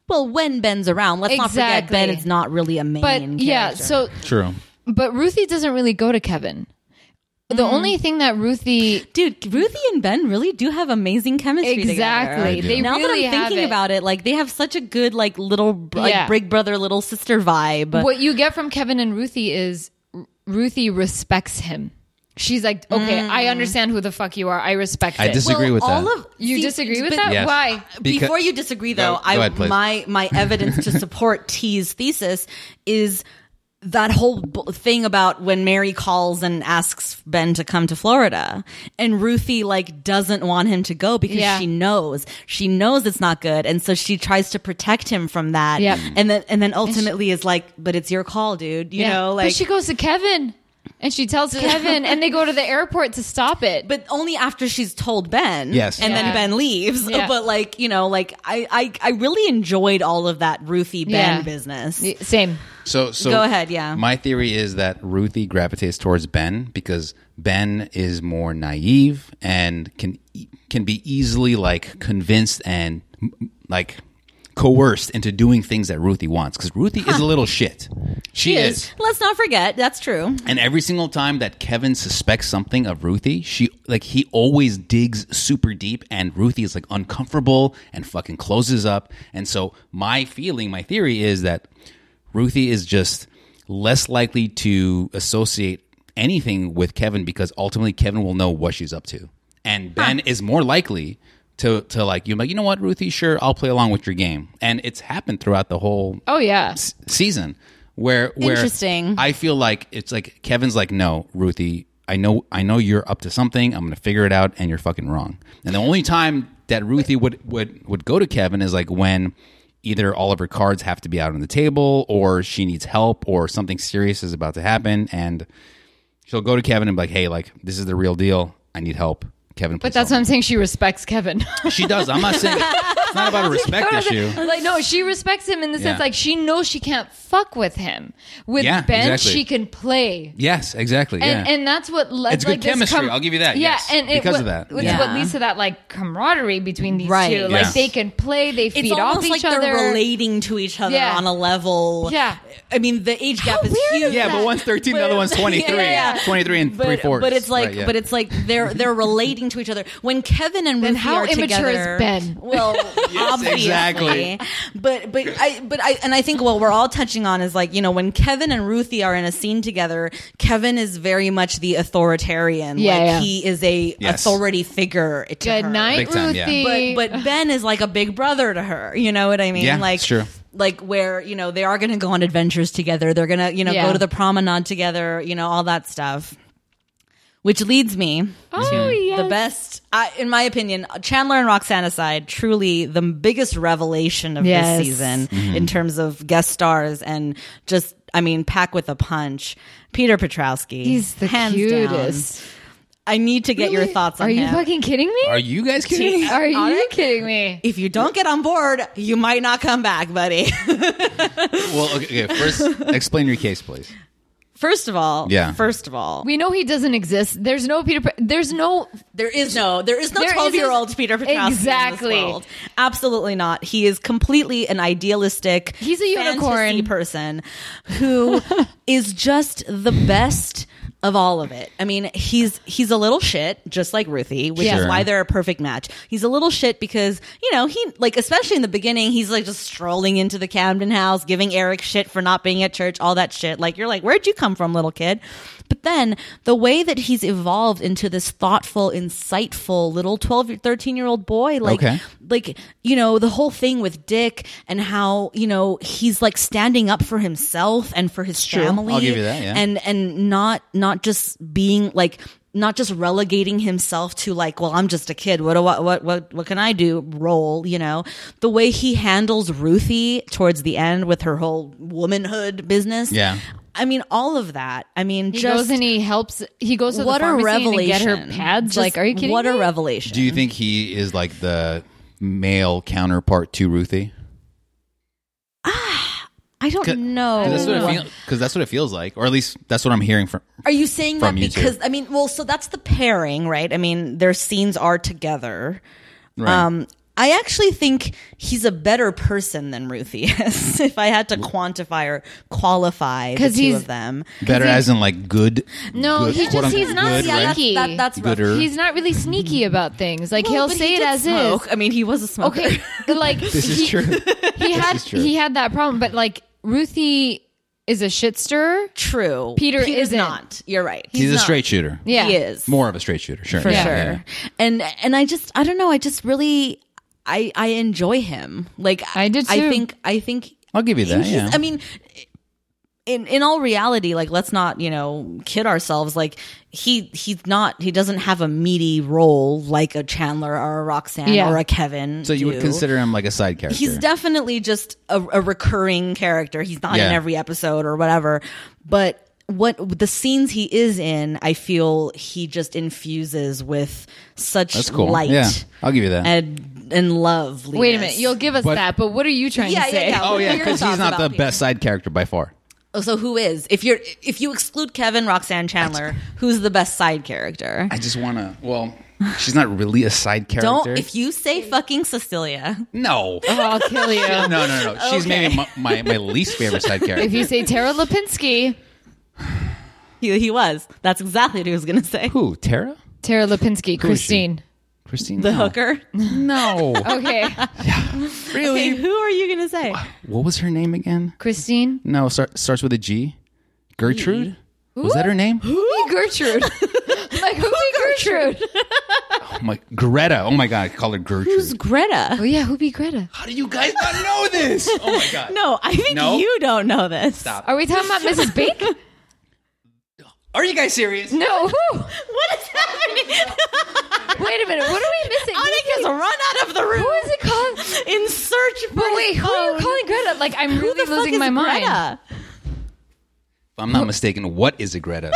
S2: well, when Ben's around, let's not forget
S1: Exactly.
S2: Ben is not really a main.
S1: But yeah,
S2: character.
S1: so
S3: True.
S1: but Ruthie doesn't really go to Kevin. The
S2: Mm.
S1: only thing that Ruthie
S2: dude, Ruthie and Ben really do have amazing chemistry. together.
S1: exactly
S3: They do.
S1: they
S2: now
S1: really
S2: that I'm
S1: have
S2: thinking
S1: it.
S2: about it, like they have such a good like little br- like
S1: Yeah.
S2: big brother little sister vibe.
S1: what you get from Kevin and Ruthie is R- Ruthie respects him. She's like, okay,
S2: Mm.
S1: I understand who the fuck you are. I respect
S3: I
S1: it.
S3: disagree with that.
S1: You disagree with
S2: but-
S1: that?
S3: Yes.
S1: Why?
S3: Because-
S2: Before you disagree,
S3: Go-
S2: though,
S3: go
S2: I
S3: ahead, please.
S2: my my evidence to support T's thesis is that whole b- thing about when Mary calls and asks Ben to come to Florida, and Ruthie like doesn't want him to go because
S1: Yeah.
S2: she knows she knows it's not good, and so she tries to protect him from that.
S1: Yep.
S2: and then and then ultimately is like, but it's your call, dude. You
S1: Yeah.
S2: know, like
S1: but she goes to Kevin and she tells Kevin and they go to the airport to stop it.
S2: but only after she's told Ben.
S3: Yes.
S2: and
S1: Yeah.
S2: then Ben leaves.
S1: Yeah.
S2: But like you know, like I, I I really enjoyed all of that Ruthie Ben
S1: Yeah.
S2: business.
S1: Same.
S3: So, so
S2: Go ahead, yeah.
S3: My theory is that Ruthie gravitates towards Ben because Ben is more naive and can e- can be easily like convinced and m- m- like coerced into doing things that Ruthie wants because Ruthie is a little shit. She, is.
S2: Let's not forget that's true.
S3: And every single time that Kevin suspects something of Ruthie, she like he always digs super deep and Ruthie is like uncomfortable and fucking closes up. And so my feeling, my theory is that Ruthie is just less likely to associate anything with Kevin because ultimately Kevin will know what she's up to. And Ben is more likely to to like you like, you know what, Ruthie, sure, I'll play along with your game. And it's happened throughout the whole
S1: Oh yeah.
S3: s- season where where
S2: Interesting.
S3: I feel like it's like Kevin's like no Ruthie I know I know you're up to something I'm gonna figure it out and you're fucking wrong and the only time that Ruthie would would would go to Kevin is like when either all of her cards have to be out on the table or she needs help or something serious is about to happen and She'll go to Kevin and be like, "Hey, like this is the real deal. I need help." Kevin,
S1: But that's what I'm saying. She respects Kevin.
S3: she does. I'm not saying it's not about a respect issue.
S1: like no, she respects him in the sense
S3: Yeah.
S1: like she knows she can't fuck with him. With
S3: Yeah,
S1: Ben,
S3: exactly.
S1: she can play.
S3: Yes, exactly.
S1: And,
S3: yeah.
S1: and that's what led
S3: It's good
S1: like this
S3: chemistry,
S1: com-
S3: I'll give you that,
S1: Yeah,
S3: yes,
S1: and it,
S3: because
S1: what,
S3: of that,
S1: It's
S3: yeah.
S1: what leads to that like camaraderie between these
S2: Right.
S1: two. Like
S3: Yeah.
S1: they can play, they feed
S2: It's
S1: off
S2: almost like
S1: each other.
S2: they're relating to each other
S1: Yeah.
S2: on a level.
S1: Yeah.
S2: I mean, the age gap is
S1: weird is
S2: huge.
S3: yeah, but one's 13, the other one's 23.
S2: yeah, yeah.
S3: 23 and three
S2: but,
S3: fourths.
S2: but it's like
S3: Right, yeah.
S2: but it's like they're they're relating to each other when Kevin and
S1: Then
S2: Ruthie
S1: how
S2: are
S1: immature is
S2: together.
S1: Ben?
S2: Well, obviously,
S3: exactly.
S2: But but I but I and I think what we're all touching on is like you know when Kevin and Ruthie are in a scene together, Kevin is very much the authoritarian.
S1: Yeah,
S2: like
S1: yeah.
S2: he is a
S3: Yes.
S2: authority figure. To
S1: Good
S2: her.
S1: night,
S3: Big time, yeah.
S1: Ruthie.
S2: But but Ben is like a big brother to her. You know what I mean?
S3: Yeah,
S2: like
S3: it's true.
S2: Like where you know they are going to go on adventures together. They're going to you know
S1: Yeah.
S2: go to the promenade together. You know all that stuff. Which leads me
S1: oh yeah,
S2: the best, I, in my opinion, Chandler and Roxanne aside, truly the biggest revelation of
S1: Yes.
S2: this season
S3: Mm-hmm.
S2: in terms of guest stars and just I mean pack with a punch. Peter Petrowski,
S1: He's the
S2: hands down.
S1: cutest.
S2: I need to get your thoughts on
S1: Are you
S2: him.
S1: fucking kidding me?
S3: Are you guys kidding?
S1: Are you kidding me?
S2: if you don't get on board, you might not come back, buddy.
S3: well, okay, okay, first explain your case, please.
S2: First of all,
S3: Yeah.
S2: First of all,
S1: We know he doesn't exist. There's no Peter. Pa- There's no
S2: there is no, there is no
S1: There is
S2: twelve-year-old
S1: this-
S2: Peter Petrowski exactly.
S1: Exactly.
S2: Absolutely not. He is completely an idealistic.
S1: He's a
S2: fantasy
S1: unicorn.
S2: person who is just the best of all of it. I mean, he's he's a little shit, just like Ruthie, which
S1: Yeah.
S2: is
S1: Sure.
S2: why they're a perfect match. He's a little shit because you know he like especially in the beginning, he's like just strolling into the Camden house, giving Eric shit for not being at church, all that shit. Like you're like, where'd you come from, little kid? But then the way that he's evolved into this thoughtful, insightful little 12, 13 year old boy, like
S3: Okay.
S2: like you know the whole thing with dick and how you know he's like standing up for himself and for his family
S3: I'll give you that, yeah.
S2: and and not not just being like not just relegating himself to like well i'm just a kid what do I, what what what can i do role you know the way he handles ruthie towards the end with her whole womanhood business
S3: Yeah.
S2: i mean all of that i mean
S1: He
S2: just
S1: goes and he helps. He goes to
S2: what
S1: the
S2: a
S1: pharmacy and get
S2: revelation
S1: her pads.
S2: Just
S1: like, are you kidding?
S2: what a
S1: me?
S2: revelation
S3: Do you think he is like the male counterpart to Ruthie?
S2: i
S3: C-
S2: don't know
S3: Because that's, what
S1: know.
S3: it feel- 'cause that's what it feels like, or at least that's what I'm hearing from.
S2: Are you saying that
S3: From you two.
S2: because I mean, well, so that's the pairing, right? I mean, their scenes are together.
S3: Right.
S2: Um, I actually think he's a better person than Ruthie is. if I had to quantify or qualify the
S1: 'Cause
S2: two
S1: he's-
S2: of them,
S3: Better as in like good.
S1: No,
S3: good,
S1: he just-
S3: quote-unquote
S1: he's not-
S3: good,
S1: yeah,
S3: right?
S1: that's- Sneaky.
S2: that, that's rough.
S3: Gooder.
S1: He's not really sneaky about things. Like
S2: Well,
S1: he'll
S2: but
S1: say
S2: he
S1: it
S2: did
S1: as
S2: smoke.
S1: is.
S2: I mean, he was a smoker.
S1: Okay, like
S3: This is
S1: he,
S3: true.
S1: he had
S3: is true.
S1: he had that problem, but like Ruthie is a shit stirrer.
S2: True.
S1: Peter
S2: Peter's
S1: isn't.
S2: not. You're right.
S3: He's a
S2: not.
S3: straight shooter.
S1: Yeah,
S2: He is.
S3: More of a straight shooter, sure.
S2: for
S3: Yeah,
S2: sure.
S3: yeah, yeah.
S2: And and I just I don't know. I just really I I enjoy him. Like
S1: I did
S2: I
S1: too.
S2: think I think
S3: I'll give you that.
S2: he's-
S3: Yeah.
S2: I mean, in in all reality, like let's not you know kid ourselves. Like he he's not he doesn't have a meaty role like a Chandler or a Roxanne
S1: Yeah.
S2: or a Kevin.
S3: so you would
S2: do.
S3: consider him like a side character.
S2: He's definitely just a, a recurring character. He's not in
S3: Yeah.
S2: every episode or whatever, but what the scenes he is in, I feel he just infuses with such
S3: That's cool.
S2: light
S3: Yeah, I'll give you that.
S2: and and love.
S1: Wait a minute, you'll give us
S3: But-
S1: that. But what are you trying
S2: Yeah,
S1: to
S2: yeah,
S1: say?
S2: yeah.
S3: oh yeah,
S2: Your
S3: because
S2: thoughts
S3: he's not
S2: about
S3: the
S2: Peter.
S3: best side character by far.
S2: Oh, so who is? If you're if you exclude Kevin, Roxanne, Chandler, who's the best side character?
S3: I just want to. Well, she's not really a side character.
S2: Don't if you say fucking Cecilia.
S3: no.
S1: Oh, I'll kill you
S3: no, no, no. She's maybe my, my, my least favorite side character.
S1: if you say Tara Lipinski.
S2: He, he was. That's exactly what he was gonna say.
S3: Who? Tara?
S1: Tara Lipinski, Christine.
S3: Christine?
S2: The
S3: No.
S2: hooker.
S3: No.
S1: Okay,
S2: Okay,
S3: really?
S2: who are you gonna say?
S3: What was her name again?
S1: Christine.
S3: No, start, starts with a G. Gertrude? Was that her name?
S1: Be Gertrude. like who be Gertrude?
S3: Oh my, Greta. Oh my God, I call her
S2: Who's
S3: Gertrude.
S1: Oh
S2: Greta?
S1: yeah, who be Greta?
S3: How do you guys not know this? Oh my God.
S2: No, I think
S3: No?
S2: you don't know this.
S3: Stop.
S1: Are we talking about Mrs. Bink?
S3: Are you guys serious?
S1: No. Who?
S2: What is happening?
S1: Wait a minute. What are we missing?
S2: Anik has run out of the room.
S1: Who is it called?
S2: In search for.
S1: But wait,
S2: his
S1: who are
S2: phone.
S1: you calling Greta? Like I'm
S2: Who
S1: really
S2: the fuck
S1: losing
S2: is
S1: my mind.
S2: Greta?
S3: I'm not mistaken, what is a Greta?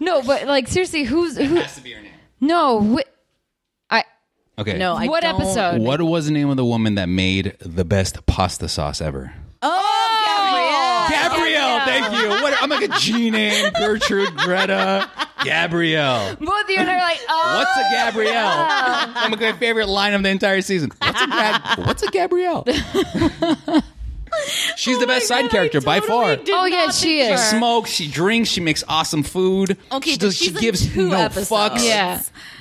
S1: No, but like seriously, who's who?
S3: to be her name.
S1: No, wh- I.
S3: Okay.
S2: No, I
S1: what
S2: don't-
S1: episode?
S3: What was the name of the woman that made the best pasta sauce ever?
S2: Oh, Gabrielle.
S3: Gabrielle, thank you. What, I'm like a G name, Gertrude, Greta, Gabrielle.
S1: Both of you and I are like, oh,
S3: What's a Gabrielle? I'm my favorite line of the entire season. What's a, Gab- what's a Gabrielle? She's
S2: Oh
S3: the best side character by far.
S1: oh yeah, she is.
S3: She smokes, she drinks, she makes awesome food.
S2: Okay,
S3: she,
S2: but
S3: does- she
S2: she's in
S3: gives
S2: two
S3: no
S2: episodes.
S3: fucks.
S1: Yeah,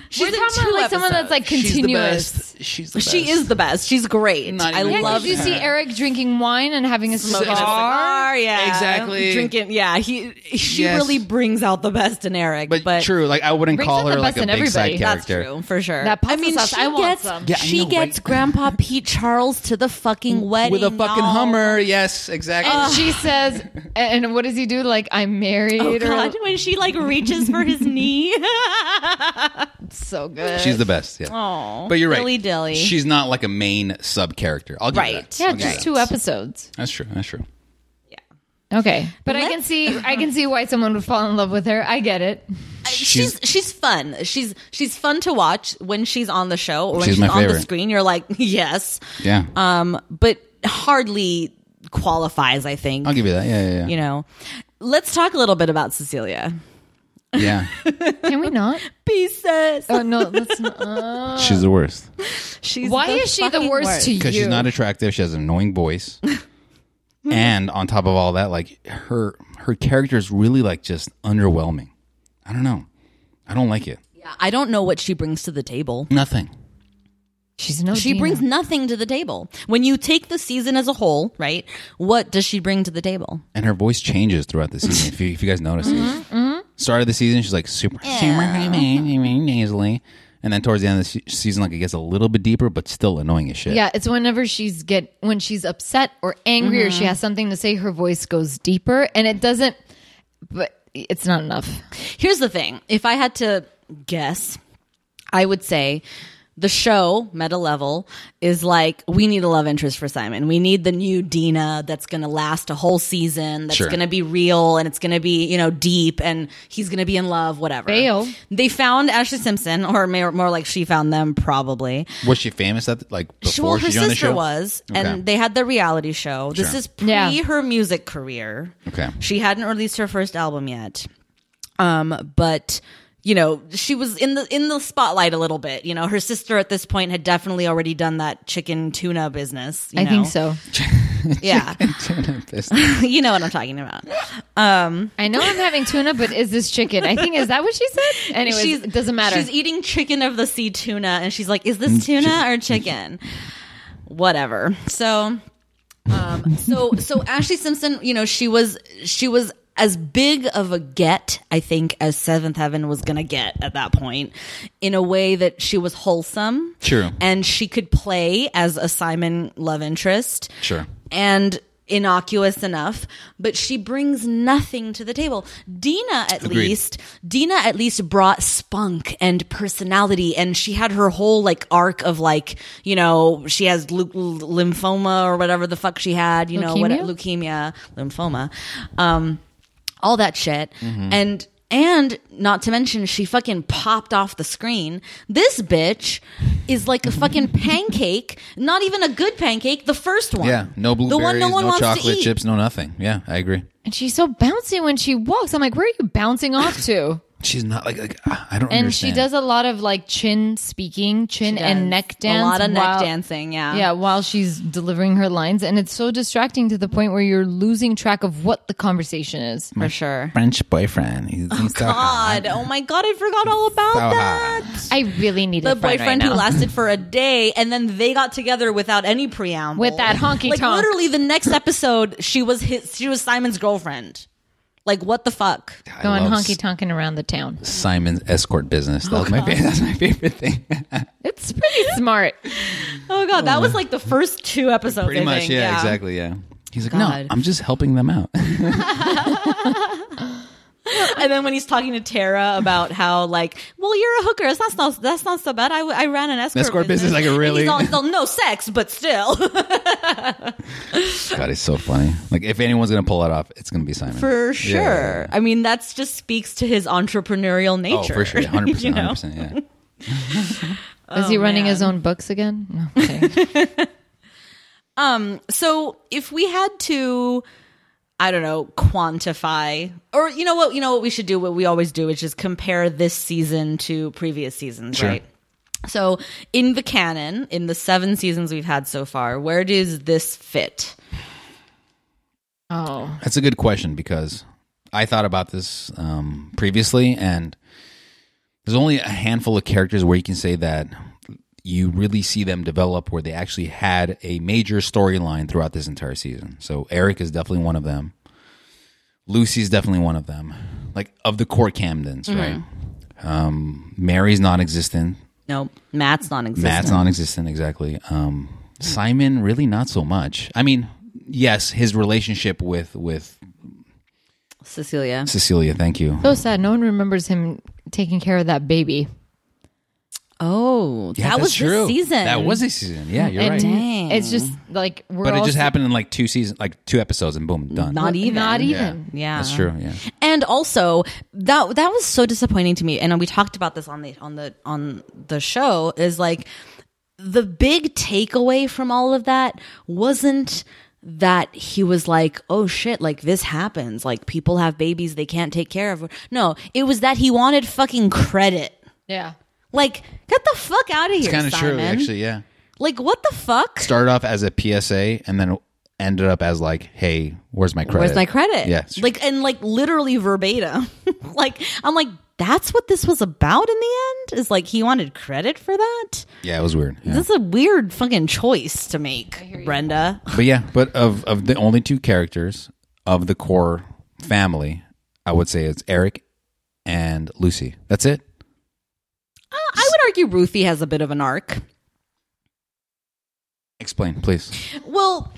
S2: She's
S1: we're
S2: in
S1: talking
S2: two
S1: about like someone that's like
S3: She's the
S1: continuous.
S3: best. She's the best.
S2: She is the best. She's great.
S3: Not
S2: I
S3: even
S1: Yeah, 'cause
S2: love
S3: close.
S1: you see Eric drinking wine and having a
S2: smoking a cigar, yeah,
S3: Exactly.
S2: Drinking, yeah. He she
S3: Yes.
S2: really brings out the best in Eric. But,
S3: But, true, like I wouldn't
S1: Brings
S3: call
S1: out the
S3: her like
S1: best
S3: a
S1: in
S3: big
S1: everybody.
S3: side
S2: That's
S3: character.
S2: true for sure.
S1: That pasta
S2: I mean,
S1: sauce,
S2: she
S1: I want
S2: gets
S1: some.
S3: Yeah, I
S2: she
S3: know,
S2: gets
S3: right?
S2: Grandpa Pete Charles to the fucking wedding
S3: With a fucking
S2: y'all.
S3: Hummer, yes, exactly.
S1: And she says, and what does he do? Like, I'm married.
S2: Oh,
S1: or-
S2: God, when she like reaches for his knee.
S1: so good.
S3: She's the best. Yeah.
S2: Aw,
S3: but you're right.
S2: dilly-dilly.
S3: She's not like a main sub character. I'll give you
S2: Right.
S3: that.
S1: yeah,
S3: I'll give you
S1: just
S3: that.
S1: two episodes.
S3: That's true. That's true.
S1: Okay, but I can
S2: Let's-
S1: see, I can see why someone would fall in love with her. I get it.
S2: she's she's fun. She's she's fun to watch when she's on the show or when she's,
S3: She's my
S2: on the
S3: favorite.
S2: screen. You're like, yes,
S3: yeah.
S2: um, but hardly qualifies. I think
S3: I'll give you that. Yeah, yeah, yeah.
S2: you know. Let's talk a little bit about Cecilia.
S3: yeah.
S1: Can we not?
S2: Pieces.
S1: Oh no, that's not. uh.
S3: she's the worst
S2: She's
S1: Why is she the
S2: fucking
S1: worst, to you?
S3: because she's not attractive. She has an annoying voice, and on top of all that, like her her character is really like just underwhelming. I don't know. I don't like it.
S2: I don't know what she brings to the table.
S3: Nothing.
S1: She's no.
S2: She
S1: Dina.
S2: brings nothing to the table. When you take the season as a whole, right? What does she bring to the table?
S3: And her voice changes throughout the season. if, you, if you guys notice,
S2: Mm-hmm,
S3: start of the season she's like super super nasally, and then towards the end of the se- season, like it gets a little bit deeper, but still annoying as shit.
S1: Yeah, it's whenever she's get when she's upset or angry or she has something to say, her voice goes deeper, and it doesn't. But it's not enough.
S2: Here's the thing. If I had to guess, I would say the show meta level is like we need a love interest for Simon. We need the new Dina that's going to last a whole season. That's
S3: Sure.
S2: going to be real and it's going to be you know deep and he's going to be in love. Whatever.
S1: Fail.
S2: They found Ashley Simpson, or may- more like she found them, probably.
S3: Was she famous at the, like before
S2: She, well, her
S3: she joined the
S2: sister
S3: show?
S2: was,
S3: Okay.
S2: and they had the reality show. This
S3: Sure.
S2: is pre
S1: Yeah.
S2: her music career.
S3: Okay.
S2: she hadn't released her first album yet, um, but you know she was in the in the spotlight a little bit. You know, her sister at this point had definitely already done that chicken tuna business. you
S1: I think
S2: know?
S1: so.
S2: Yeah, you know what I'm talking about.
S1: I know I'm having tuna, but is this chicken? I think is that what she said. Anyways, it doesn't matter.
S2: She's eating chicken of the sea tuna, and she's like, "Is
S3: Mm,
S2: this tuna or chicken?" Whatever. So, um, so so Ashley Simpson, you know, she was she was as big of a get, I think, as Seventh Heaven was gonna get at that point, in a way that she was wholesome,
S3: True.
S2: and she could play as a Simon love interest,
S3: Sure.
S2: and innocuous enough, but she brings nothing to the table. Dina, at
S3: Agreed.
S2: least, Dina at least brought spunk and personality, and she had her whole like arc of like, you know, she has lu- l- lymphoma or whatever the fuck she had, you know, what leukemia, lymphoma, um, all that shit,
S3: Mm-hmm.
S2: and. And not to mention, she fucking popped off the screen. This bitch is like a fucking pancake. Not even a good pancake. The first one.
S3: Yeah, no
S2: The one
S3: blueberries,
S2: no one
S3: no
S2: wants to
S3: chocolate
S2: eat.
S3: chips, no nothing. Yeah, I agree.
S1: and she's so bouncy when she walks. I'm like, where are you bouncing off to?
S3: She's not like, like ah, I don't
S1: And
S3: understand.
S1: she does a lot of like chin speaking, chin
S2: does.
S1: and neck dance.
S2: A lot of neck
S1: while-
S2: dancing, yeah.
S1: Yeah, while she's delivering her lines. And it's so distracting to the point where you're losing track of what the conversation is.
S2: for sure.
S3: French boyfriend. He's, he's so hot.
S2: God, oh my God, I forgot all about
S3: So
S2: that.
S3: hot.
S1: I really need
S2: The
S1: a friend
S2: boyfriend
S1: right
S2: who
S1: now.
S2: lasted for a day, and then they got together without any preamble.
S1: With that honky
S2: like
S1: tonk.
S2: literally the next episode, she was his, she was Simon's girlfriend. Like what the fuck?
S3: I
S1: Going
S3: love
S1: honky tonking around the town.
S3: Simon's escort
S2: Oh,
S3: business. That was my favorite. That's my favorite thing.
S1: It's pretty smart.
S2: Oh God, that was like the first two episodes.
S3: Uh, Pretty
S2: I
S3: much.
S2: think.
S3: Yeah, Exactly. Yeah. He's like,
S2: God.
S3: no, I'm just helping them out.
S2: and then when he's talking to Tara about how like, well, you're a hooker. That's not- that's not that's not so bad. I, I ran an escort,
S3: Escort business, I could
S2: And
S3: really-
S2: he's all, he's all, no sex, but still.
S3: God, it's so funny. Like if anyone's gonna pull it off, it's gonna be Simon
S2: for
S3: Yeah.
S2: sure. I mean, that's just speaks to his entrepreneurial
S3: Oh,
S2: nature.
S3: for sure, hundred
S2: You
S3: percent,
S2: know?
S3: hundred percent. Yeah.
S1: Is he running his
S2: Oh, man.
S1: own books again? No, I'm kidding.
S2: So if we had to, I don't know, quantify, or you know what, you know what we should do, what we always do, which is compare this season to previous seasons,
S3: Sure.
S2: right? So in the canon, in the seven seasons we've had so far, where does this fit?
S1: oh,
S3: That's a good question because I thought about this um, previously, and there's only a handful of characters where you can say that you really see them develop where they actually had a major storyline throughout this entire season. So Eric is definitely one of them. Lucy's definitely one of them. Like of the core Camdens, right? Um, Mary's non-existent.
S2: No, Matt's non-existent.
S3: Matt's non-existent, exactly. Um, Simon really not so much. I mean, yes, his relationship with with
S2: Cecilia.
S3: Cecilia, thank you.
S1: so sad. No one remembers him taking care of that baby.
S2: Oh,
S3: Yeah,
S2: that
S3: that's
S2: was
S3: true.
S2: this season.
S3: That was this season. Yeah, you're
S1: And
S3: right.
S2: Dang.
S1: It's just like we're
S3: But it
S1: all
S3: just happened in like two seasons, like two episodes, and boom, done.
S2: Not even.
S1: Not
S3: Yeah.
S1: even.
S2: Yeah,
S3: That's true. Yeah.
S2: And also that that was so disappointing to me. And we talked about this on the on the on the show is like the big takeaway from all of that wasn't that he was like, oh shit, like this happens. Like people have babies they can't take care of. No, it was that he wanted fucking credit.
S1: Yeah.
S2: Like, get the fuck out of here.
S3: Kind of
S2: Simon.
S3: true, actually. Yeah.
S2: Like, what the fuck?
S3: Started off as a PSA and then ended up as like, hey, where's my credit?
S2: Where's my credit?
S3: Yeah. it's true.
S2: Like and like literally verbatim. like I'm like that's what this was about in the end is like he wanted credit for that.
S3: yeah, it was weird. Yeah.
S2: This is a weird fucking choice to make, Brenda.
S3: but yeah, but of of the only two characters of the core family, I would say it's Eric and Lucy. That's it.
S2: Uh, I would argue Ruthie has a bit of an arc.
S3: Explain, please.
S2: Well,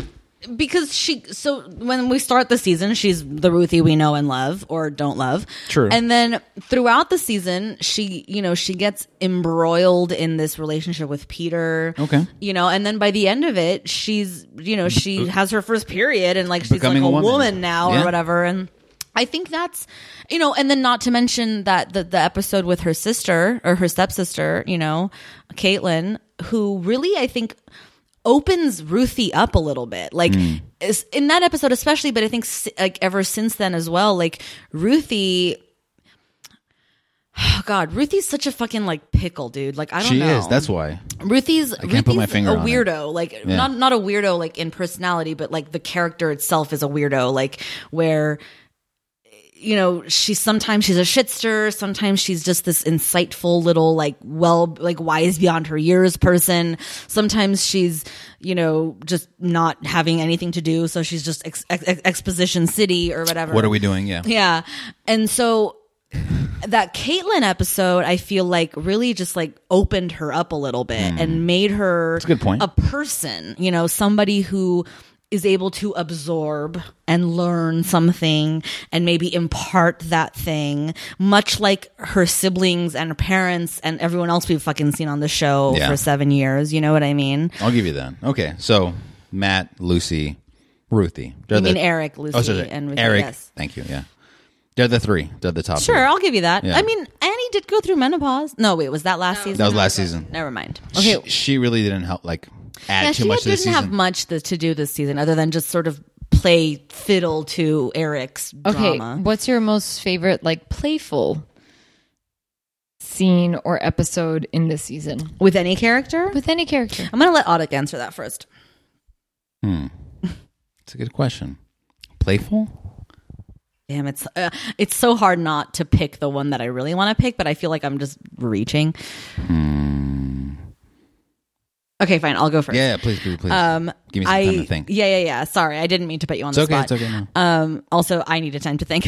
S2: because she so when we start the season, she's the Ruthie we know and love or don't love.
S3: True.
S2: And then throughout the season, she, you know, she gets embroiled in this relationship with Peter.
S3: Okay. Uh,
S2: You know, and then by the end of it, she's, you know, she has her first period and like she's
S3: Becoming
S2: like
S3: a
S2: a
S3: woman.
S2: woman, now
S3: Yeah.
S2: or whatever and I think that's, you know, and then not to mention that the, the episode with her sister or her stepsister, you know, Caitlin, who really, I think, opens Ruthie up a little bit. Like,
S3: Hmm.
S2: is, in that episode, especially, but I think s- like ever since then as well, like, Ruthie. Oh God, Ruthie's such a fucking like pickle, dude. Like I don't
S3: She
S2: know.
S3: is. That's why.
S2: Ruthie's. I
S3: can't put my finger
S2: a
S3: on it.
S2: weirdo. Like not not a weirdo like in personality, but like the character itself is a weirdo. Like where you know she's sometimes she's a shitster, sometimes she's just this insightful little like well like wise beyond her years person. Sometimes she's you know just not having anything to do, so she's just ex- ex- ex- exposition city or whatever.
S3: What are we doing? Yeah.
S2: Yeah. And so that Caitlyn episode, I feel like really just like opened her up a little bit and made her
S3: Hmm. a good point.
S2: a person, you know, somebody who is able to absorb and learn something and maybe impart that thing, much like her siblings and her parents and everyone else we've fucking seen on the show
S3: Yeah.
S2: for seven years. You know what I mean?
S3: I'll give you that. Okay, so Matt, Lucy, Ruthie. They're
S2: I mean, Eric, Lucy,
S3: Oh, sorry, sorry.
S2: and Ruthie,
S3: Eric.
S2: yes.
S3: Thank you. Yeah, they're the three. They're the top.
S2: Sure,
S3: three.
S2: I'll give you that.
S3: Yeah.
S2: I mean, Annie did go through menopause. No, wait, was that last season?
S3: That was last season.
S2: Never mind.
S3: Okay. She, she really didn't help. Like add
S2: Yeah,
S3: too
S2: she
S3: much to the
S2: didn't
S3: season.
S2: have much to, to do this season other than just sort of play fiddle to Eric's
S1: Okay.
S2: drama.
S1: What's your most favorite like playful scene or episode in this season
S2: With any character?
S1: with any character?
S2: I'm going to let Audic answer that first.
S3: hmm. It's a good question. Playful.
S2: Damn, it's uh, it's so hard not to pick the one that I really want to pick, but I feel like I'm just reaching.
S3: Hmm.
S2: Okay, fine. I'll go first.
S3: Yeah. yeah, Please, please, please.
S2: Um,
S3: give me some
S2: I
S3: time to think.
S2: yeah, yeah, yeah. Sorry, I didn't mean to put you on
S3: It's
S2: the
S3: okay.
S2: spot.
S3: It's okay. No.
S2: Um, also, I needed time to think.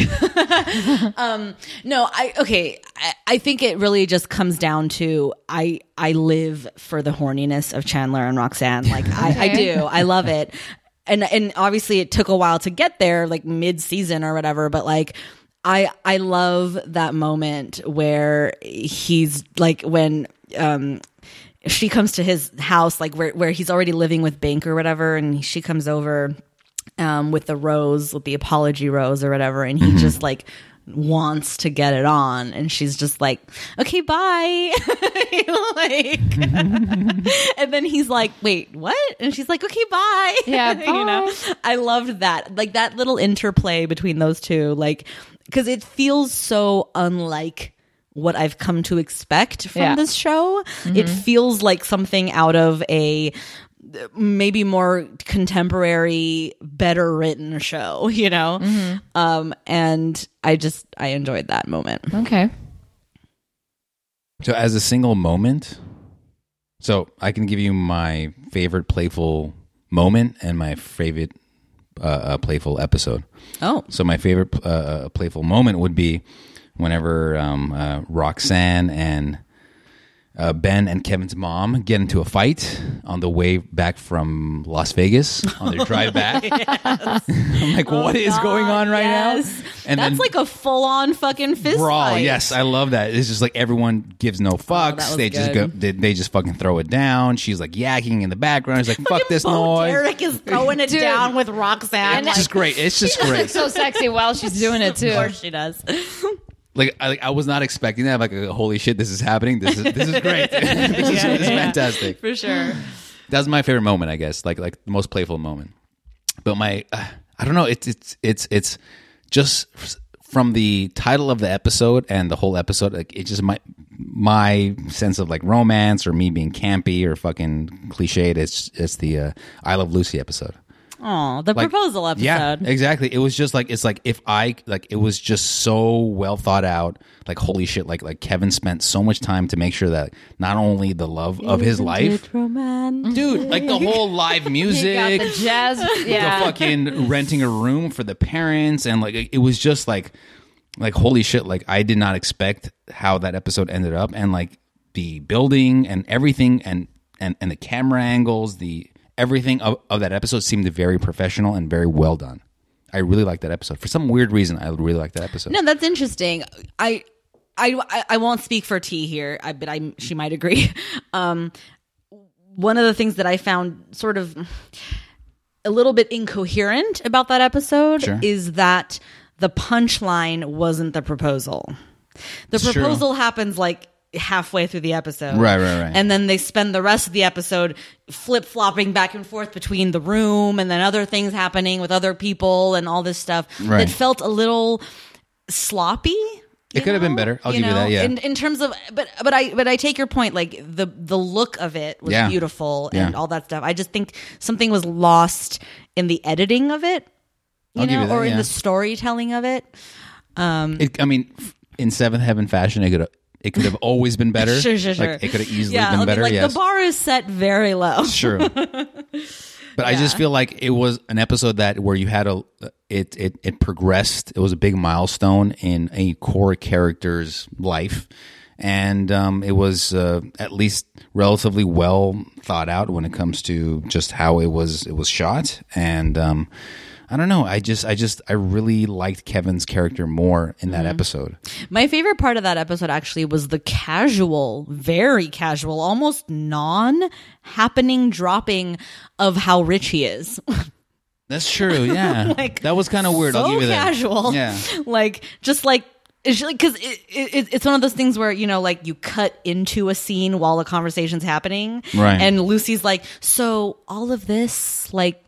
S2: um, no, I okay. I, I think it really just comes down to I I live for the horniness of Chandler and Roxanne. Like I, I do, I love it, and and obviously it took a while to get there, like mid season or whatever. But like I I love that moment where he's like when um she comes to his house like where where he's already living with Bank or whatever and she comes over um with the rose with the apology rose or whatever and he just like wants to get it on and she's just like okay bye like and then he's like wait what and she's like okay bye
S1: Yeah,
S2: you know
S1: bye.
S2: I loved that. Like that little interplay between those two, like because it feels so unlike what I've come to expect from
S1: Yeah. Mm-hmm.
S2: this show. It feels like something out of a maybe more contemporary, better written show, you know?
S1: Mm-hmm.
S2: Um, and I just I enjoyed that moment.
S1: Okay.
S3: So as a single moment, so I can give you my favorite playful moment and my favorite uh, uh, playful episode.
S2: Oh.
S3: So my favorite uh, uh, playful moment would be whenever um, uh, Roxanne and uh, Ben and Kevin's mom get into a fight on the way back from Las Vegas on their drive back. I'm like, what is going on right
S2: Oh, Yes.
S3: now? And
S2: That's
S3: then-
S2: like a full on fucking fist
S3: brawl.
S2: fight. Oh,
S3: Yes, I love that. It's just like everyone gives no fucks.
S2: was
S3: they just go.
S2: good.
S3: They, they just fucking throw it down. She's like yakking in the background. She's like, "Fuck this
S2: Bo
S3: noise."
S2: Derek is throwing it
S1: Dude.
S2: down with Roxanne.
S1: And
S3: It's just great. It's just
S1: Looks
S3: great.
S1: so sexy while she's doing it
S2: Of
S1: too.
S2: course she does.
S3: Like I, like, I was not expecting that. I'm like, holy shit, this is happening. This is this is great. this, is, this is fantastic.
S2: For sure.
S3: That was my favorite moment, I guess. Like like the most playful moment. But my, uh, I don't know. It's it's it's it's just f- from the title of the episode and the whole episode. Like it just my my sense of like romance or me being campy or fucking cliched. It's it's the uh, I Love Lucy episode.
S2: Oh, the
S3: Like-
S2: proposal episode.
S3: Yeah, exactly. It was just like it's like if I like it was just so well thought out. Like holy shit! Like like Kevin spent so much time to make sure that not only the love of his life, dude, like the whole live
S1: Got
S3: music,
S1: the jazz.
S3: the
S1: Yeah.
S3: fucking renting a room for the parents, and like it was just like like holy shit! Like I did not expect how that episode ended up, and like the building and everything, and and and the camera angles, the everything of, of that episode seemed very professional and very well done. I really liked that episode. For some weird reason, I really liked that episode.
S2: No, that's interesting. I, I, I- I won't speak for T here, I, but I she might agree. Um, one of the things that I found sort of a little bit incoherent about that episode
S3: Sure.
S2: is that the punchline wasn't the proposal. The
S3: true.
S2: proposal happens like halfway through the episode.
S3: Right, right, right.
S2: And then they spend the rest of the episode flip flopping back and forth between the room and then other things happening with other people and all this stuff
S3: Right.
S2: that felt a little sloppy.
S3: It
S2: you
S3: could have been
S2: know?
S3: better. I'll give you that, yeah.
S2: In, in terms of, but but I but I take your point. Like the the look of it was
S3: Yeah.
S2: beautiful and
S3: Yeah.
S2: all that stuff. I just think something was lost in the editing of it, you
S3: I'll
S2: know,
S3: give you that,
S2: or in
S3: yeah.
S2: the storytelling of it.
S3: It, I mean, f- in Seventh Heaven fashion, it could have, it could have always been better.
S2: Sure, sure, sure.
S3: Like, it could have easily
S2: Yeah, I
S3: been
S2: mean,
S3: better.
S2: like
S3: yes.
S2: the bar is set very low.
S3: Sure. But I just feel like it was an episode that where you had a it it it progressed. It was a big milestone in a core character's life, and um, it was uh, at least relatively well thought out when it comes to just how it was it was shot. And um, I don't know. I just I just I really liked Kevin's character more in that
S2: Mm-hmm.
S3: episode.
S2: My favorite part of that episode actually was the casual, very casual, almost non happening dropping of how rich he is.
S3: That's true. Yeah,
S2: Like,
S3: that was kind of weird. I'll
S2: so
S3: give you that.
S2: casual.
S3: Yeah.
S2: like just like because it, it, it's one of those things where you know like you cut into a scene while the conversation's happening
S3: Right.
S2: and lucy's like so all of this like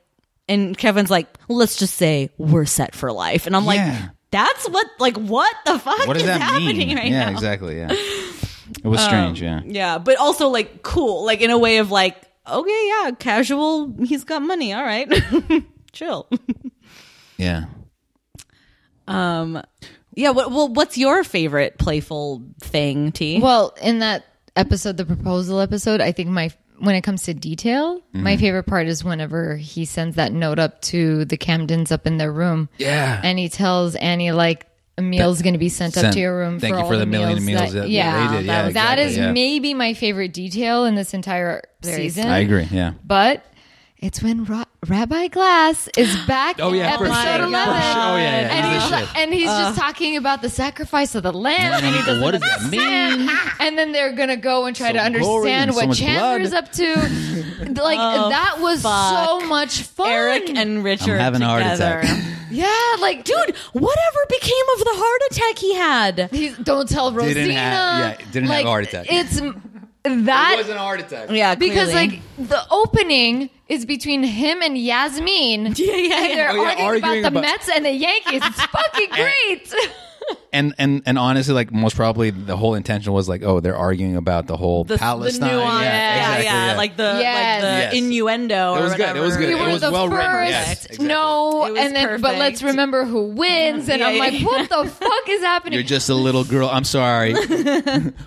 S2: and kevin's like let's just say we're set for life and i'm
S3: Yeah.
S2: like that's what like what the fuck
S3: what does
S2: is
S3: that
S2: happening
S3: mean?
S2: right
S3: yeah,
S2: now Um,
S3: exactly. Yeah, it was strange. Yeah,
S2: Yeah, but also like cool, like in a way of like, okay, yeah, casual. He's got money. All right, chill.
S3: yeah.
S2: Um, yeah. What, well, what's your favorite playful thing, T?
S1: Well, in that episode, the proposal episode, I think my when it comes to detail, my favorite part is whenever he sends that note up to the Camdens up in their room,
S3: Yeah.
S1: and he tells Annie like a meal's going to be sent, up
S3: Sent-
S1: to your room.
S3: thank
S1: for
S3: you
S1: all
S3: for the million meals
S1: That,
S3: that-
S1: yeah,
S3: yeah, they did. Yeah,
S1: that- that
S3: exactly,
S1: is
S3: yeah.
S1: maybe my favorite detail in this entire season.
S3: I agree. Yeah.
S1: but it's when Ra- Rabbi Glass is back
S4: Oh,
S1: in
S4: yeah, for
S1: episode
S4: sure. For
S1: 11.
S4: sure. Oh, yeah, yeah,
S1: And
S4: he's
S1: he's,
S4: the
S1: like,
S4: shit.
S1: and he's just talking about the sacrifice of the lamb.
S3: And
S1: and he
S3: I go,
S1: doesn't
S3: what does that mean?
S1: and then they're gonna go and try
S3: Mm-hmm. So
S1: to
S3: gory
S1: understand
S3: and so
S1: what
S3: much
S1: Chandler's
S3: blood.
S1: up to. like that was so much fun.
S2: Eric and Richard
S3: I'm having a heart
S2: together.
S3: attack.
S1: yeah, like dude,
S2: Whatever became of the heart attack he had?
S1: he's, don't tell Rosina.
S3: Didn't have- yeah, didn't have
S1: like,
S3: a heart attack.
S1: It's that
S3: a heart attack.
S2: Yeah,
S1: because
S2: clearly.
S1: like the opening is between him and Yasmin.
S2: Yeah, yeah, yeah.
S1: And they're
S3: Oh, yeah,
S1: arguing,
S3: arguing
S1: about the
S3: about-
S1: Mets and the Yankees. It's fucking great.
S3: And and and honestly, like most probably, the whole intention was like, oh, they're arguing about the whole
S2: the,
S3: Palestine.
S2: the nuance, yeah,
S3: exactly,
S2: yeah, like the like
S1: Yes.
S3: Yes.
S2: the innuendo.
S3: It
S2: or
S3: was good, it was
S2: whatever.
S3: good.
S1: we
S3: It
S1: were
S3: was
S1: the
S3: well
S1: first.
S3: written. Yes, exactly.
S1: No,
S2: It was
S1: and then but let's
S2: perfect.
S1: remember who wins. And
S2: Yeah,
S1: I'm
S2: yeah,
S1: like,
S2: yeah.
S1: what the fuck is happening?
S3: You're just a little girl. I'm sorry,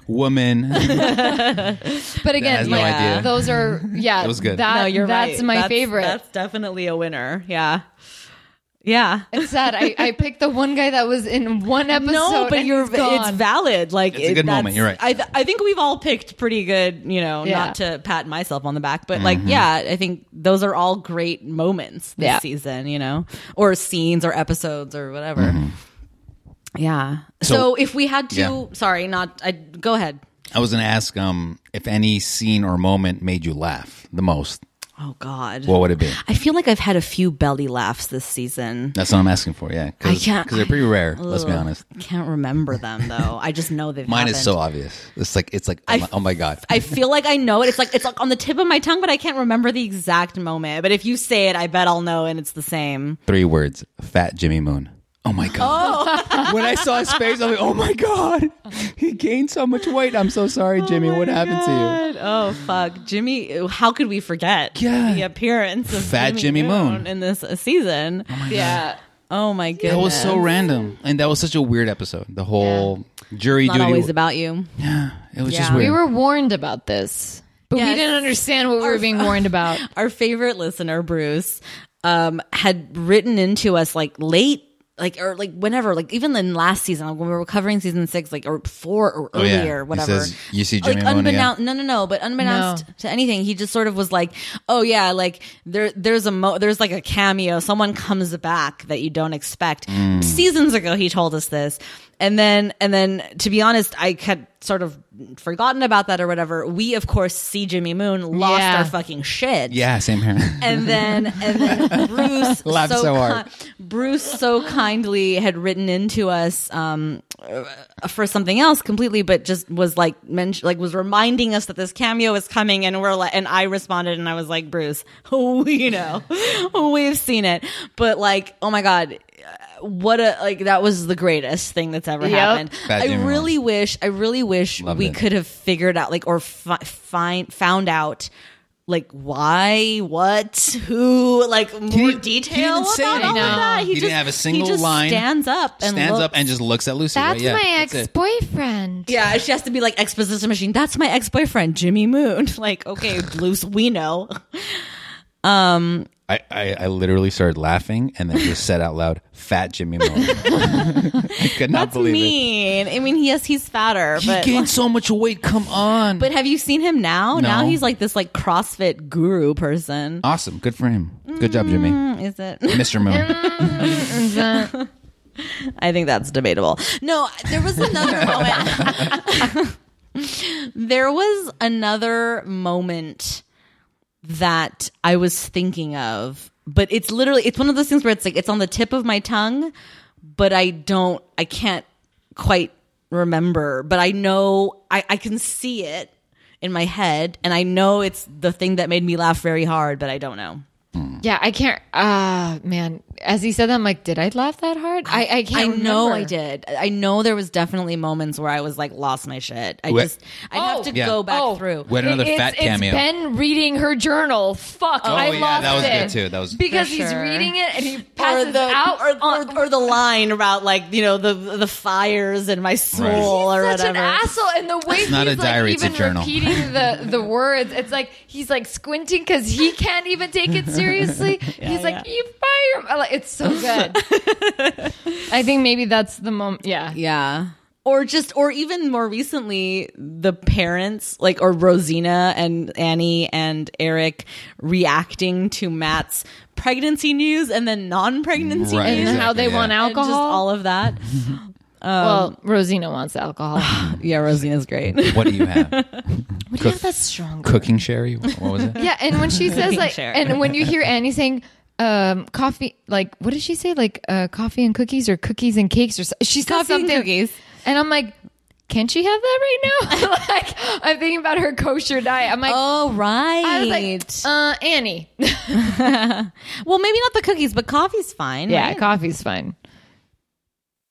S3: woman.
S1: But again,
S3: has no
S1: like,
S3: idea.
S1: those are yeah.
S3: It was good.
S1: That,
S2: No, you're
S1: that's
S2: right.
S1: my favorite.
S2: That's definitely a winner. Yeah, yeah.
S1: It's sad. I, I picked the one guy that was in one episode.
S2: No, but
S1: and
S2: you're
S1: he's gone.
S2: it's valid. Like
S3: It's a good moment. You're right.
S2: I th- I think we've all picked pretty good. You know,
S1: Yeah.
S2: not to pat myself on the back, but
S3: Mm-hmm.
S2: like yeah, I think those are all great moments this
S1: Yeah.
S2: season. You know, or scenes or episodes or whatever. Yeah. So,
S3: Mm-hmm. So-
S2: if we had to,
S3: Yeah.
S2: sorry, not I. Go ahead.
S3: I was gonna ask, um, if any scene or moment made you laugh the most,
S2: Oh God.
S3: what would it be?
S2: I feel like I've had a few belly laughs this season.
S3: That's what I'm asking for. Yeah,
S2: I can't-
S3: because they're pretty rare. let's be honest.
S2: Can't remember them though. I just know they've.
S3: Mine is
S2: happened.
S3: so obvious. It's like it's like oh my, oh my god.
S2: I feel like I know it. It's like it's like on the tip of my tongue, but I can't remember the exact moment. But if you say it, I bet I'll know, and it's the same.
S3: Three words: Fat Jimmy Moon. Oh my god!
S2: Oh.
S3: when I saw his face, I was like, "Oh my god! He gained so much weight. I'm so
S2: Oh
S3: sorry, Jimmy. what happened to
S2: to you? Oh fuck, Jimmy! How could we forget
S3: Yeah.
S2: the appearance of
S3: Fat Jimmy Moon.
S2: in this uh, season? Oh my,
S1: yeah.
S2: goodness,
S3: That was so random, and that was such a weird episode. The whole jury
S2: not
S3: duty.
S2: always about you.
S3: it was just
S2: Yeah.
S3: weird.
S1: We were warned about this, but we
S2: Yes.
S1: didn't understand what we were being warned about.
S2: our favorite listener bruce um, had written into us like late like or like whenever like even in last season like, when we were covering season six like or four or
S3: Oh, yeah.
S2: earlier
S3: He
S2: whatever
S3: says, "You see Jimmy
S2: like
S3: Moon again?"
S2: unbeknownst no no no but unbeknownst
S1: No.
S2: to anything he just sort of was like oh yeah like there there's a mo there's like a cameo someone comes back that you don't expect
S3: Mm.
S2: seasons ago he told us this and then and then to be honest i had sort of forgotten about that or whatever we of course see jimmy moon lost
S1: Yeah.
S2: our fucking shit
S3: yeah, same here.
S2: and then and then Bruce
S3: Laughed so hard.
S2: ki- Bruce so kindly had written into us um, uh, for something else completely, but just was like mention like was reminding us that this cameo is coming, and we're like, and I responded and I was like, Bruce, we know, we've seen it, but like, oh my god. uh, What a like that was the greatest thing that's ever
S1: Yep.
S2: happened.
S3: Bad
S2: I
S3: humor.
S2: really wish I really wish
S3: Loved
S2: we
S3: it.
S2: could have figured out like or fi- find found out like why, what, who, like more
S3: didn't- he
S2: detail
S3: didn't say
S2: about all of
S1: anything.
S2: that.
S3: He didn't have a single
S2: he just
S3: line.
S2: Stands up and
S3: Stands
S2: looks.
S3: up and just looks at Lucy.
S1: That's
S3: right? Yeah,
S1: my
S3: that's it.
S1: ex boyfriend.
S2: yeah, she has to be like exposition machine. That's my ex boyfriend, Jimmy Moon. Like, okay, Luce, we know.
S3: I, I, I literally started laughing and then just said out loud, "Fat Jimmy Moon." I could not
S2: That's
S3: believe it.
S2: mean. I mean, yes, he's fatter,
S3: He
S2: but
S3: gained so much weight. Come on.
S2: but have you seen him now?
S3: No.
S2: Now he's like this like CrossFit guru person.
S3: awesome. Good for him. Good job, Jimmy.
S2: Is it?
S3: Mr. Moon.
S2: I think that's debatable. No, there was another moment. there was another moment that I was thinking of, but it's literally it's one of those things where it's like it's on the tip of my tongue, but I don't I can't quite remember, but I know I, I can see it in my head and I know it's the thing that made me laugh very hard, but I don't know.
S1: Yeah, I can't. Ah, man. As he said that, I'm like, did I laugh that hard? I, I can't.
S2: I know
S1: remember.
S2: I did. I know there was definitely moments where I was like lost my shit. I
S3: Wh-
S2: just I would have to
S3: Yeah.
S2: go back
S1: Oh.
S2: through.
S3: What another
S1: It's-
S3: fat cameo?
S1: It's
S3: Oh,
S1: Ben reading her journal. Fuck, I
S3: yeah,
S1: lost
S3: that was
S1: it.
S3: good too. That was-
S1: because
S2: For
S1: he's
S2: sure.
S1: reading it and he
S2: Or
S1: passes
S2: the
S1: out
S2: or,
S1: on,
S2: or, or the line about like you know the the fires in my soul
S3: He's
S2: or
S1: such
S2: whatever.
S1: an asshole. And the way
S3: not
S1: he's
S3: a diary,
S1: like
S3: it's a
S1: even
S3: journal.
S1: repeating the, the words, it's like he's like squinting because he can't even take it seriously. he's like,
S2: yeah.
S1: you fire. Like, it's so good. I think maybe that's the moment. Yeah.
S2: Yeah. or just or even more recently the parents like or rosina and annie and eric reacting to matt's pregnancy news and then non-pregnancy
S3: Right.
S1: and
S2: news
S3: Exactly,
S1: how they
S3: yeah.
S1: want
S2: and
S1: alcohol.
S2: just all of that
S1: well, Rosina wants alcohol.
S2: yeah rosina's great
S3: What do you have?
S1: What do you have that's stronger?
S3: Cooking sherry? What was it?
S1: Yeah, and when she says like,
S2: Sure.
S1: and when you hear Annie saying, um, coffee, like, what did she say? Like, uh, coffee and cookies or cookies and cakes or so- she said
S2: Coffee and
S1: something.
S2: cookies.
S1: And I'm like, can she have that right now? like, I'm thinking about her kosher diet. I'm like,
S2: oh right
S1: I was like, uh, Annie.
S2: uh, well maybe not the cookies but coffee's fine
S1: Yeah,
S2: right?
S1: coffee's fine.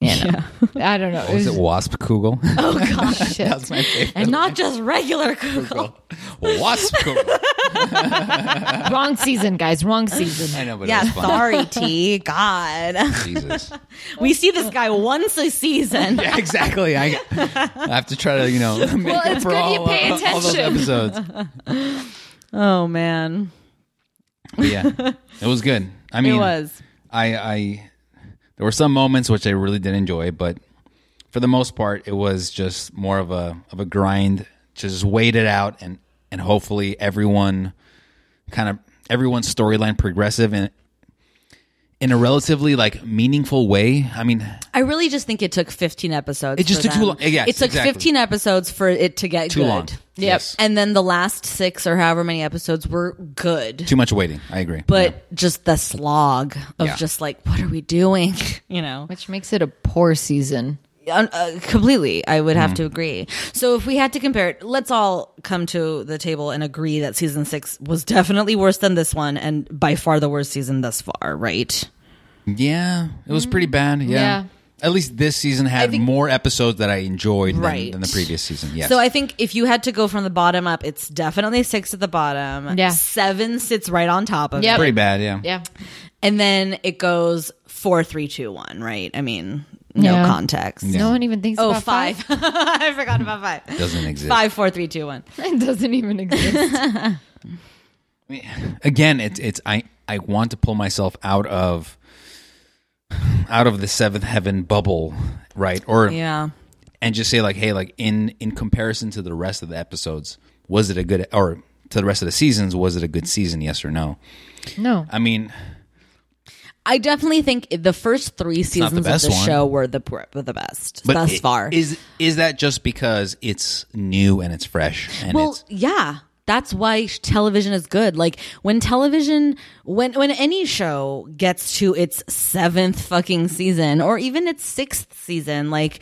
S1: Yeah, no. I don't know. It
S3: Was it
S1: was-
S3: wasp kugel?
S2: oh gosh
S1: shit.
S3: That's my favorite.
S2: and not just regular kugel
S3: Wasp kugel.
S1: Wrong season, guys. Wrong season.
S3: I know, but
S2: yeah
S3: it was fun.
S2: sorry t god
S3: Jesus.
S2: we see this guy once a season
S3: Yeah, exactly. I, I have to try to, you know, make
S1: Well,
S3: up
S1: it's
S3: for
S1: good you
S3: all,
S1: pay
S3: uh, all those
S1: attention.
S3: episodes.
S2: oh man
S3: But yeah, it was good. I mean,
S2: it was
S3: I, I, there were some moments which I really did enjoy, but for the most part, it was just more of a of a grind. Just wait it out, and and hopefully everyone, kind of everyone's storyline progressive and in a relatively like meaningful way. I mean,
S2: I really just think it took 15 episodes.
S3: It just
S2: for
S3: took too
S2: them.
S3: long. Yeah,
S2: it took
S3: exactly.
S2: 15 episodes for it to get
S3: too
S2: good.
S3: long. Yes.
S2: And then the last six or however many episodes were good,
S3: Too much waiting. I agree.
S2: but just the slog of
S3: Yeah.
S2: just like, what are we doing? You know,
S1: Which makes it a poor season.
S2: Un- uh, completely. I would have to agree. So if we had to compare it, let's all come to the table and agree that season six was definitely worse than this one, and by far the worst season thus far. Right?
S3: Yeah, it was pretty bad. Yeah.
S1: Yeah.
S3: At least this season had more episodes that I enjoyed than-
S2: Right.
S3: than, the previous season. Yes.
S2: So I think if you had to go from the bottom up, it's definitely six at the bottom.
S1: Yeah.
S2: Seven sits right on top of
S1: Yep.
S2: it.
S3: pretty bad, yeah.
S1: Yeah.
S2: And then it goes four, three, two, one, right? I mean, no
S1: Yeah.
S2: context.
S1: No one even thinks
S2: Oh,
S1: about
S2: five.
S1: five.
S2: I forgot about five.
S3: Doesn't exist.
S2: Five, four, three, two, one.
S1: It doesn't even exist.
S3: I mean, again, it's it's I I want to pull myself out of out of the seventh heaven bubble, right? Or
S2: Yeah.
S3: and just say like, hey, like in in comparison to the rest of the episodes, was it a good or to the rest of the seasons, was it a good season? Yes or no?
S1: No.
S3: I mean,
S2: I definitely think the first three
S3: not the
S2: seasons of
S3: best
S2: the
S3: one.
S2: show were the pr- were the best
S3: but
S2: thus
S3: i-
S2: far.
S3: is is that just because it's new and it's fresh and
S2: well,
S3: it's
S2: yeah, that's why sh- television is good. Like when television, when when any show gets to its seventh fucking season or even its sixth season, like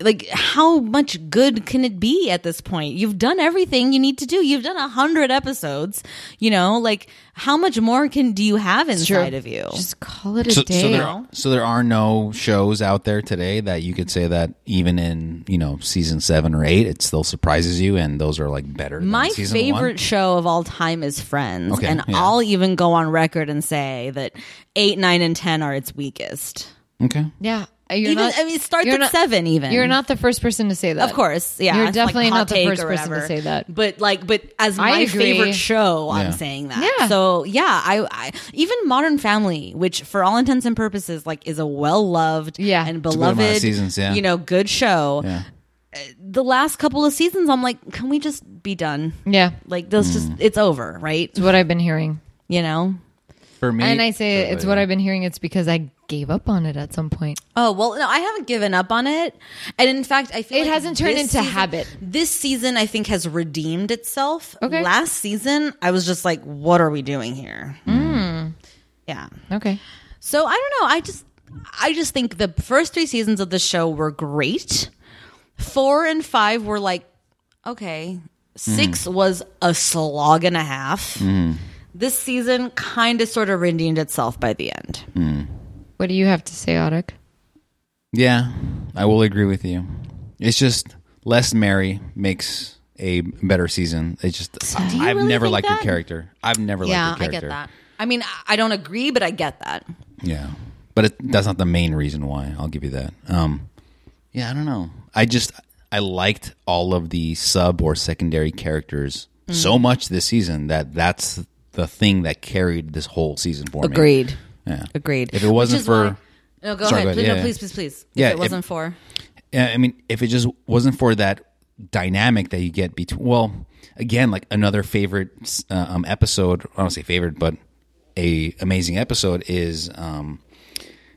S2: like how much good can it be at this point? You've done everything you need to do. You've done a hundred episodes. You know, like how much more can do you have inside of you?
S1: Just call it a
S3: so,
S1: day.
S3: so there so there are no shows out there today that you could say that even in you know season seven or eight it still surprises you and those are like better than
S2: My
S3: season
S2: favorite show of all time is Friends,
S3: Okay,
S2: and
S3: yeah.
S2: I'll even go on record and say that eight, nine, and ten are its weakest.
S3: one. okay
S1: yeah. You're
S2: even
S1: not-
S2: I mean, it starts
S1: you're
S2: at
S1: not-
S2: seven. Even
S1: You're not the first person to say that.
S2: of course, yeah.
S1: You're
S2: it's
S1: definitely
S2: like hot
S1: not the
S2: take
S1: first
S2: or
S1: person to
S2: whatever.
S1: say that.
S2: But like, but as
S1: I
S2: my
S1: agree.
S2: favorite show,
S3: Yeah.
S2: I'm saying that.
S1: Yeah.
S2: So yeah, I, I even Modern Family, which for all intents and purposes, like is a well loved,
S1: Yeah.
S2: and
S1: It's
S3: a good amount of
S2: beloved,
S3: seasons, yeah.
S2: you know, good show.
S3: yeah
S2: The last couple of seasons, I'm like, can we just be done?
S1: Yeah.
S2: Like, those
S3: Mm.
S2: just it's over, right?
S1: It's what I've been hearing.
S2: You know.
S3: for me
S1: And I say
S3: Oh,
S1: it's what
S3: yeah.
S1: I've been hearing. It's because I gave up on it at some point.
S2: Oh well, no, I haven't given up on it, and in fact, I feel
S1: It
S2: like
S1: hasn't turned
S2: this
S1: into
S2: season-
S1: habit.
S2: This season, I think, has redeemed itself.
S1: Okay.
S2: Last season, I was just like, "What are we doing here?"
S1: Hmm.
S2: Yeah.
S1: Okay.
S2: So I don't know. I just, I just think the first three seasons of the show were great. Four and five were like,
S1: Hmm.
S2: okay. Six was a slog and a half.
S1: Hmm.
S2: This season kind of sort of redeemed itself by the end.
S1: What do you have to say, Audic?
S3: yeah I will agree with you it's just less Mary makes a better season it's just I've
S2: really
S3: never
S2: think
S3: liked her
S2: that?
S3: character I've never
S2: Yeah,
S3: liked her
S2: I
S3: character
S2: get that. I mean, I- I don't agree, but I get that.
S3: Yeah, but it, that's not the main reason why. I'll give you that. Um, yeah, I don't know. I just I liked all of the sub or secondary characters
S2: Mm-hmm.
S3: so much this season that that's the thing that carried this whole season for me.
S2: Agreed.
S3: Yeah.
S2: Agreed.
S3: If it wasn't
S2: Which is
S3: for
S2: why- no, go
S3: Sorry,
S2: ahead.
S3: go ahead.
S2: Please,
S3: Yeah,
S2: no,
S3: yeah.
S2: please, please, please. If
S3: Yeah,
S2: it wasn't
S3: if-
S2: for
S3: I mean, if it just wasn't for that dynamic that you get between, well, again, like another favorite uh, um, episode. I don't say favorite, but a amazing episode is um,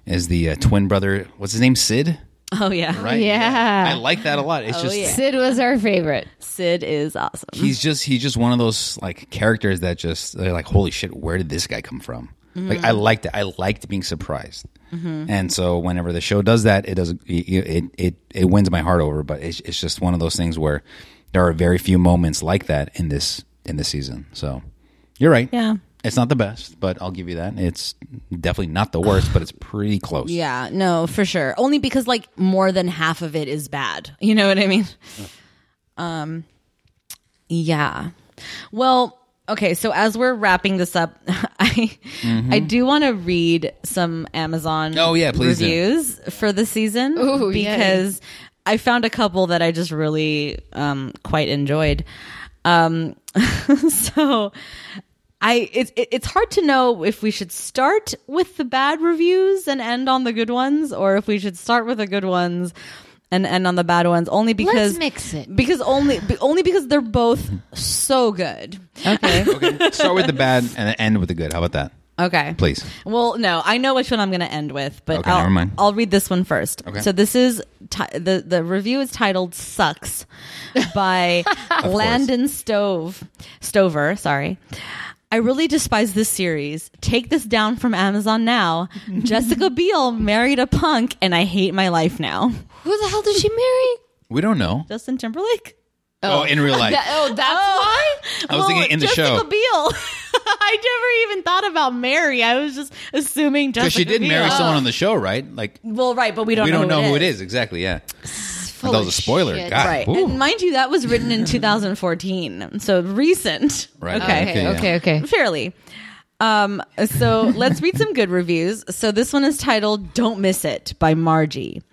S3: is the uh, twin brother. What's his name? Sid.
S2: Oh yeah,
S3: Right.
S1: Yeah.
S3: I like that a lot. It's just
S2: yeah.
S1: Sid was our favorite.
S2: Sid is awesome.
S3: he's just he's just one of those like characters that just they're like holy shit where did this guy come from
S2: Mm-hmm.
S3: like i liked it i liked being surprised and so whenever the show does that it does it it it, it wins my heart over but it's, it's just one of those things where there are very few moments like that in this in this season so you're right
S2: Yeah.
S3: it's not the best but i'll give you that it's definitely not the worst but it's pretty close
S2: Yeah, no, for sure. Only because like more than half of it is bad. You know what I mean? Um yeah. Well, okay, so as we're wrapping this up, I I do want to read some Amazon
S3: Mm-hmm. Oh, yeah, please do.
S2: reviews for the season
S1: Ooh, yay.
S2: because I found a couple that I just really um quite enjoyed. Um so I it's it, it's hard to know if we should start with the bad reviews and end on the good ones, or if we should start with the good ones and end on the bad ones. Only because
S1: Let's mix it.
S2: because only be- only because they're both so good.
S1: Okay.
S3: okay start with the bad and then end with the good how about that
S2: Okay,
S3: please
S2: Well, no, I know which one I'm going to end with, but
S3: Okay,
S2: I'll,
S3: never mind.
S2: I'll read this one first.
S3: Okay.
S2: So this is ti- the the review is titled "Sucks" by Landon Stove Stover. Sorry. I really despise this series. Take this down from Amazon now. Jessica Biel married a punk, and I hate my life now.
S1: Who the hell did she marry?
S3: we don't know
S2: Justin Timberlake.
S3: oh, in real life
S1: That- oh, that's
S2: why?
S3: I was thinking in the
S2: Oh, Jessica
S3: show.
S2: Biel. I never even thought about Mary. I was just assuming Jessica
S3: Because she did
S2: Biel.
S3: marry someone on the show, right? Like
S2: Well, right, but we don't
S3: we
S2: know
S3: don't
S2: who
S3: know
S2: it
S3: who it
S2: is.
S3: is exactly. Yeah,
S1: full
S3: that was
S1: of
S3: a spoiler.
S1: shit.
S3: God,
S2: Right.
S3: woo.
S2: And mind you, that was written in 2014. So recent.
S3: Right.
S2: Okay.
S1: Okay,
S3: yeah.
S1: okay, okay.
S2: Fairly. Um, so let's read some good reviews. So this one is titled Don't Miss It by Margie.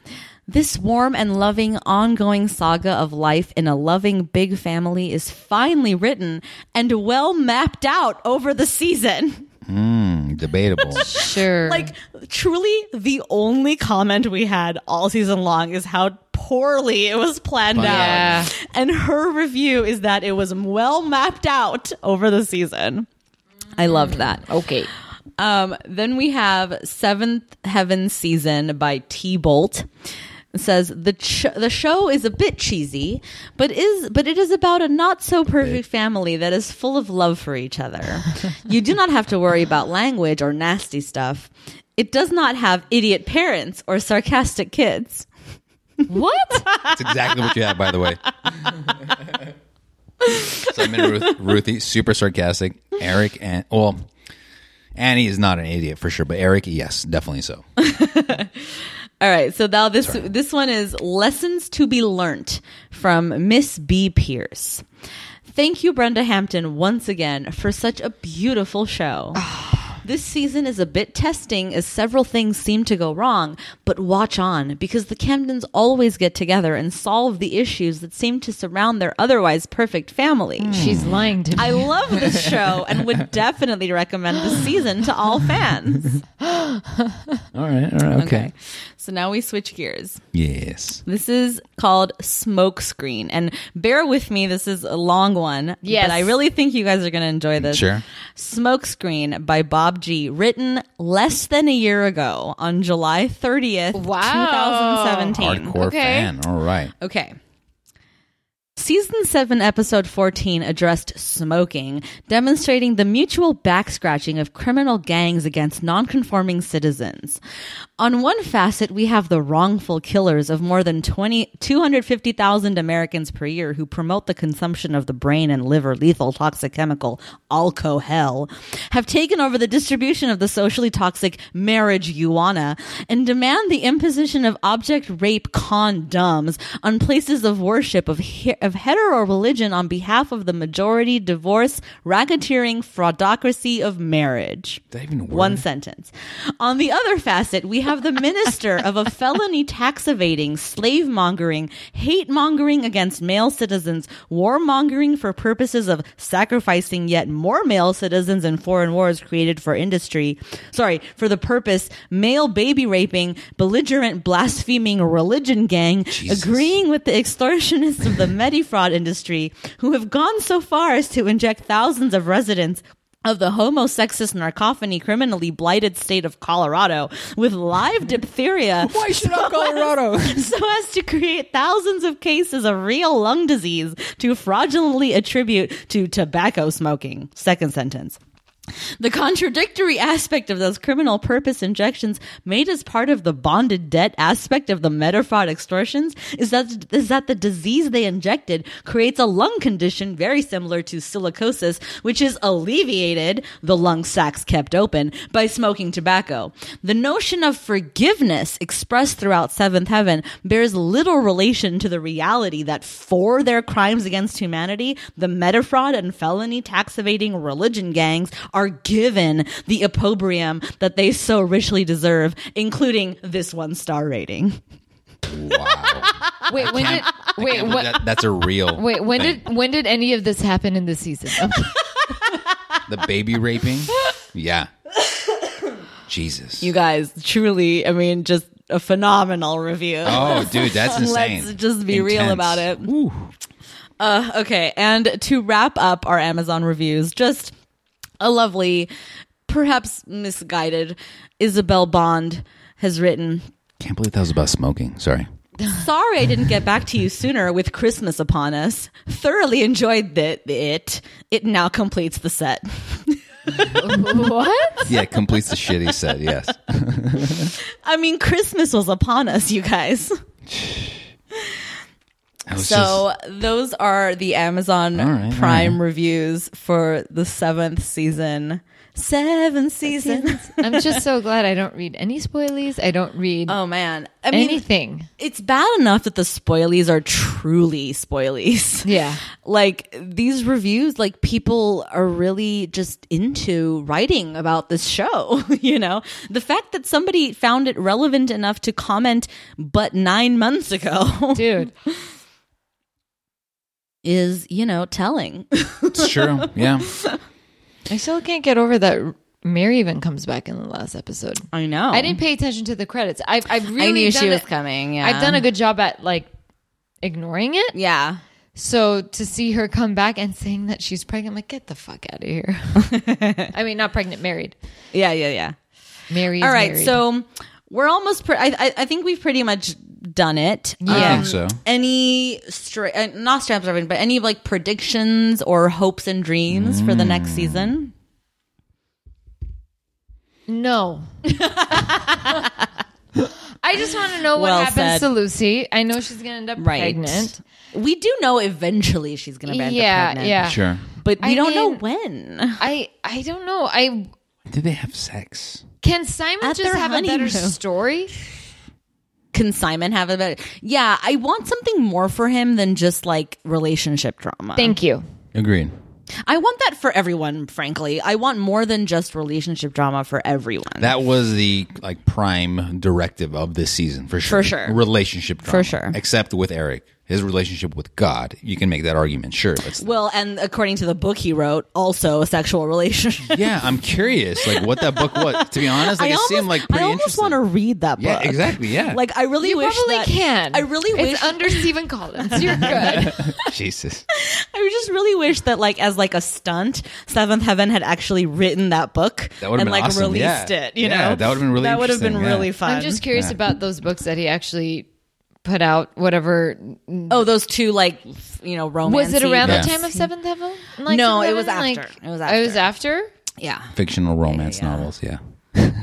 S2: This warm and loving ongoing saga of life in a loving big family is finely written and well mapped out over the season.
S3: Mm, debatable.
S1: Sure.
S2: Like truly the only comment we had all season long is how poorly it was planned out.
S1: yeah.
S2: And her review is that it was well mapped out over the season. I loved that.
S1: Okay.
S2: Um, then we have Seventh Heaven Season by T Bolt. It says the ch- the show is a bit cheesy, but is but it is about a not so perfect family that is full of love for each other. you do not have to worry about language or nasty stuff. It does not have idiot parents or sarcastic kids.
S1: What?
S3: That's exactly what you had, by the way. Simon Ruth, Ruthie, super sarcastic. Eric and well, Annie is not an idiot for sure, but Eric, yes, definitely so.
S2: All right, so now this this one is lessons to be learnt from Miss B Pierce. Thank you, Brenda Hampton, once again for such a beautiful show. this season is a bit testing as several things seem to go wrong, but watch on because the Camdens always get together and solve the issues that seem to surround their otherwise perfect family.
S1: She's lying to me.
S2: I love this show and would definitely recommend this season to all fans.
S3: All right, all right, okay.
S2: So now we switch gears.
S3: Yes,
S2: This is called Smoke Screen. And bear with me, this is a long one.
S1: Yes.
S2: But I really think you guys are going to enjoy this.
S3: Sure.
S2: Smoke Screen by Bob G, written less than a year ago on July 30th,
S1: Wow.
S2: 2017.
S3: hardcore
S1: Okay.
S3: fan. All right,
S2: Okay. Season 7, Episode 14 addressed smoking, demonstrating the mutual back scratching of criminal gangs against nonconforming citizens. On one facet, we have the wrongful killers of more than 20, 250,000 Americans per year who promote the consumption of the brain and liver lethal toxic chemical alcohol, have taken over the distribution of the socially toxic marriage yuana, and demand the imposition of object rape condoms on places of worship of, he- of hetero religion on behalf of the majority divorce, racketeering, fraudocracy of marriage.
S3: that even work?
S2: One sentence. On the other facet, we have the minister of a felony tax evading, slave mongering, hate mongering against male citizens, war mongering for purposes of sacrificing yet more male citizens in foreign wars created for industry. Sorry, for the purpose male baby raping, belligerent blaspheming religion gang, agreeing with the extortionists of the medifraud industry who have gone so far as to inject thousands of residents of the homosexist narcophony criminally blighted state of Colorado with live diphtheria
S3: Why should I Colorado?
S2: so as to create thousands of cases of real lung disease to fraudulently attribute to tobacco smoking. Second sentence. The contradictory aspect of those criminal purpose injections made as part of the bonded debt aspect of the metafraud extortions is that is that the disease they injected creates a lung condition very similar to silicosis, which is alleviated, the lung sacs kept open, by smoking tobacco. The notion of forgiveness expressed throughout Seventh Heaven bears little relation to the reality that for their crimes against humanity, the metafraud and felony tax evading religion gangs are given the opprobrium that they so richly deserve, including this one star rating.
S3: Wow.
S1: Wait, when did wait what?
S3: That- that's a real.
S1: Wait, when
S3: thing.
S1: did when did any of this happen in this season?
S3: the baby raping? Yeah. Jesus.
S2: You guys, truly, I mean, just a phenomenal review.
S3: Oh, dude, that's insane.
S2: Let's just be real about it. Uh, okay, and to wrap up our Amazon reviews, just a lovely, perhaps misguided, Isabel Bond has written.
S3: Can't believe that was about smoking. Sorry.
S2: Sorry I didn't get back to you sooner with Christmas upon us. Thoroughly enjoyed the, the it. It now completes the set.
S1: what?
S3: Yeah, it completes the shit he said. Yes.
S2: I mean, Christmas was upon us, you guys.
S3: I was
S2: So those are the Amazon
S3: All right, all
S2: Prime reviews for the seventh season. Seventh season.
S1: I'm just so glad I don't read any spoilies. I don't read
S2: Oh man. I mean,
S1: anything.
S2: it's bad enough that the spoilies are truly spoilies.
S1: Yeah.
S2: Like these reviews, like people are really just into writing about this show, you know? The fact that somebody found it relevant enough to comment but nine months ago
S1: Dude,
S2: is, you know, telling.
S3: just, it's true. Yeah.
S1: I still can't get over that Mary even comes back in the last episode.
S2: I know.
S1: I didn't pay attention to the credits. I've, I've really
S2: Oh. I knew
S1: done
S2: she was
S1: a-
S2: coming. Yeah.
S1: I've done a good job at like ignoring it.
S2: Yeah.
S1: So to see her come back and saying that she's pregnant, I'm like, get the fuck out of here. I mean, not pregnant, married.
S2: Yeah, yeah, yeah.
S1: Married.
S2: All right, so we're almost. Pre- I, I I think we've pretty much done it. Um,
S1: Yeah.
S3: I think so.
S2: Any stra- uh, not straps driving, but any like predictions or hopes and dreams for the
S3: Mm.
S2: next season?
S1: No. I just want to know what
S2: Well
S1: happens
S2: said.
S1: to Lucy. I know she's going to end up pregnant.
S2: We do know eventually she's going to be
S1: Yeah,
S2: pregnant.
S1: yeah.
S3: Sure.
S2: But we
S1: I
S2: don't know
S1: mean-
S2: when.
S1: I I don't know. I
S3: Did they have sex?
S1: can Simon
S2: At
S1: just
S2: their
S1: have a better
S2: honeymoon.
S1: story.
S2: Can Simon have a better? Yeah, I want something more for him than just like relationship drama.
S1: Thank you.
S3: Agreed.
S2: I want that for everyone. Frankly, I want more than just relationship drama for everyone.
S3: That was the like prime directive of this season for sure.
S2: For sure.
S3: Relationship drama.
S2: For sure.
S3: Except with Eric, his relationship with God. You can make that argument, sure, but still.
S2: Well, and according to the book he wrote, also a sexual relationship.
S3: yeah, I'm curious, like what that book was. To be honest, like it seemed like
S2: I
S3: pretty
S2: almost
S3: interesting.
S2: want to read that book.
S3: Yeah, exactly. Yeah,
S2: Like I really
S1: You
S2: wish
S1: probably
S2: that-
S1: can.
S2: I really
S1: it's
S2: wish.
S1: under Stephen Collins. You're good.
S3: Jesus.
S2: I just really wish that, like, as like a stunt, Seventh Heaven had actually written that book
S3: That
S2: and
S3: would've been
S2: like
S3: awesome.
S2: released
S3: Yeah.
S2: it. You
S3: Yeah,
S2: know,
S3: that would've been really
S2: That would have been
S3: interesting. Yeah.
S2: really fun.
S1: I'm just curious about those books that he actually put out. Whatever
S2: oh, those two like f- you know romance.
S1: was it around
S3: Yeah.
S1: the time of Seventh Heaven?
S2: No, it was
S1: Like,
S2: after. It was
S1: I was after.
S2: Yeah,
S3: Fictional romance novels, yeah.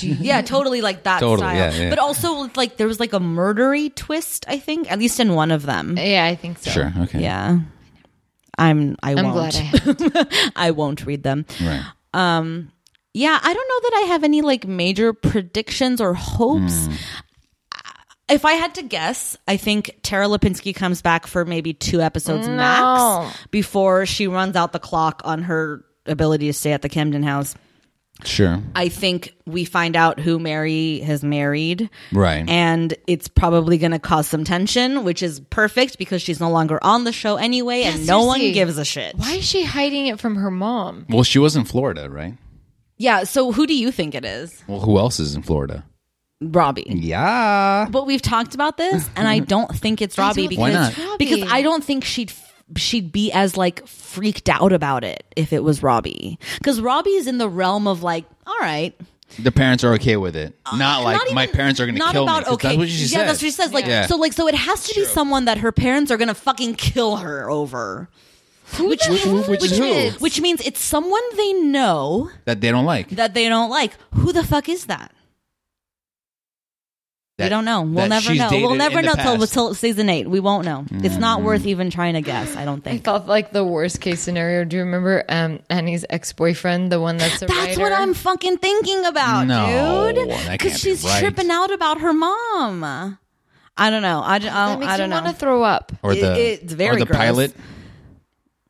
S2: yeah, totally like that
S3: Totally,
S2: style.
S3: yeah, yeah.
S2: But also like there was like a murdery twist. I think at least in one of them.
S1: Yeah, I think so.
S3: Sure, okay.
S2: Yeah, I'm. I
S1: I'm
S2: won't.
S1: glad I have.
S2: I won't read them.
S3: Right.
S2: Yeah, I don't know that I have any like major predictions or
S1: Hmm.
S2: hopes. If I had to guess, I think Tara Lipinski comes back for maybe two episodes max before she runs out the clock on her ability to stay at the Camden house.
S3: Sure.
S2: I think we find out who Mary has married.
S3: Right.
S2: And it's probably going to cause some tension, which is perfect because she's no longer on the show anyway and no one
S1: seriously.
S2: gives a shit.
S1: Why is she hiding it from her mom?
S3: well, she was in Florida, right?
S2: Yeah, so who do you think it is?
S3: Well, who else is in Florida? Mm.
S2: Robbie.
S3: Yeah.
S2: But we've talked about this and I don't think it's Robbie
S1: think
S2: because
S3: Why not? it's
S1: Robbie.
S2: because I don't think she'd she'd be as like freaked out about it if it was Robbie. Cuz Robbie is in the realm of like, all right,
S3: The parents are okay with it. not like
S2: Uh, not
S3: my
S2: even-
S3: parents are going to
S2: not
S3: kill me.
S2: about
S3: 'cause
S2: okay.
S3: That's what she
S2: yeah,
S3: said.
S2: that's what she says. Like
S3: Yeah.
S2: so, like so, it has to be someone that her parents are gonna fucking kill her over. Which
S3: which is who?
S1: kids?
S2: which means it's someone they know
S3: That they don't like.
S2: that they don't like. Who the fuck is that? we
S3: That-
S2: don't know. We'll
S3: that
S2: never
S3: she's
S2: know. We'll
S3: dated
S2: never
S3: in the
S2: know till,
S3: past. Mm-hmm.
S2: till season eight. We won't know. It's not worth even trying to guess. I don't
S1: I
S2: think.
S1: thought like the worst case scenario. Do you remember um, Annie's ex boyfriend, the one that's a
S2: That's
S1: writer? Oh,
S2: what I'm fucking thinking about,
S3: No,
S2: dude.
S3: that
S2: Because
S3: can't be
S2: she's
S3: right.
S2: tripping out about her mom. I don't know. I, d- I
S1: That
S2: don't,
S1: makes
S2: I don't
S1: me
S2: know.
S1: want to throw up.
S3: Or the,
S2: It- it's very
S3: or the
S2: gross.
S3: pilot.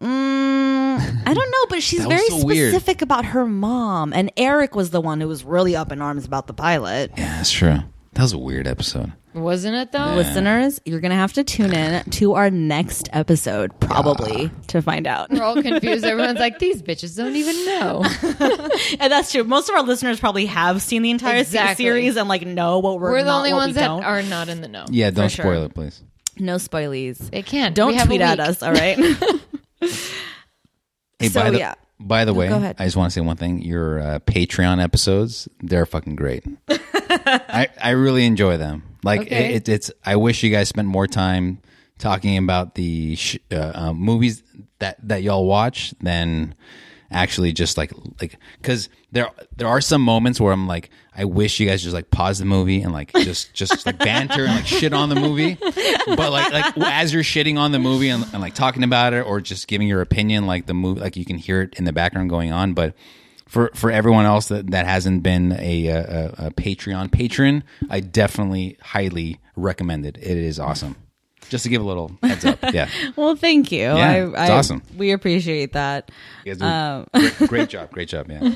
S2: Mm, I don't know, but she's
S3: That was
S2: very
S3: so weird.
S2: specific about her mom. And Eric was the one who was really up in arms about the pilot.
S3: Yeah, that's true. That was a weird episode.
S1: Wasn't it though?
S2: Listeners, you're going to have to tune in to our next episode, probably, to find out.
S1: We're all confused. Everyone's like, these bitches don't even know.
S2: And that's true. Most of our listeners probably have seen the entire se-
S1: Exactly.
S2: series and like know what we're,
S1: We're the
S2: not-
S1: only
S2: what we
S1: ones that
S2: don't.
S1: are not in the know.
S3: Yeah, don't
S2: sure.
S3: spoil it, please.
S2: No spoilies.
S1: They can't. We
S2: Don't
S1: have a
S2: tweet at
S1: week.
S2: us, all right?
S3: Hey,
S2: So,
S3: by the,
S2: yeah.
S3: By the way,
S2: go ahead.
S3: I just want to say one thing. Your uh, Patreon episodes, they're fucking great. I, I really enjoy them. Like
S1: Okay.
S3: it, it's I wish you guys spent more time talking about the sh- uh, uh, movies that that y'all watch than actually just like like cuz there there are some moments where I'm like I wish you guys just like pause the movie and like just just like banter and like shit on the movie but like like as you're shitting on the movie and, and like talking about it or just giving your opinion like the movie like you can hear it in the background going on but for for everyone else that, that hasn't been a, a, a- a Patreon patron, I definitely highly recommend it. It is awesome. Just to give a little heads up, yeah,
S2: well, thank you.
S3: Yeah,
S2: I,
S3: it's
S2: I,
S3: awesome.
S2: We appreciate that.
S3: you guys do great, great job, great job, yeah.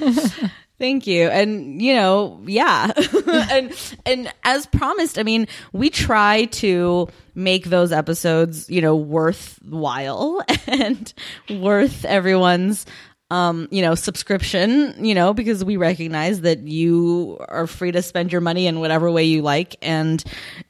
S2: Thank you. And you know, yeah. and and as promised, I mean, we try to make those episodes, you know, worthwhile and worth everyone's um, you know, subscription, you know, because we recognize that you are free to spend your money in whatever way you like and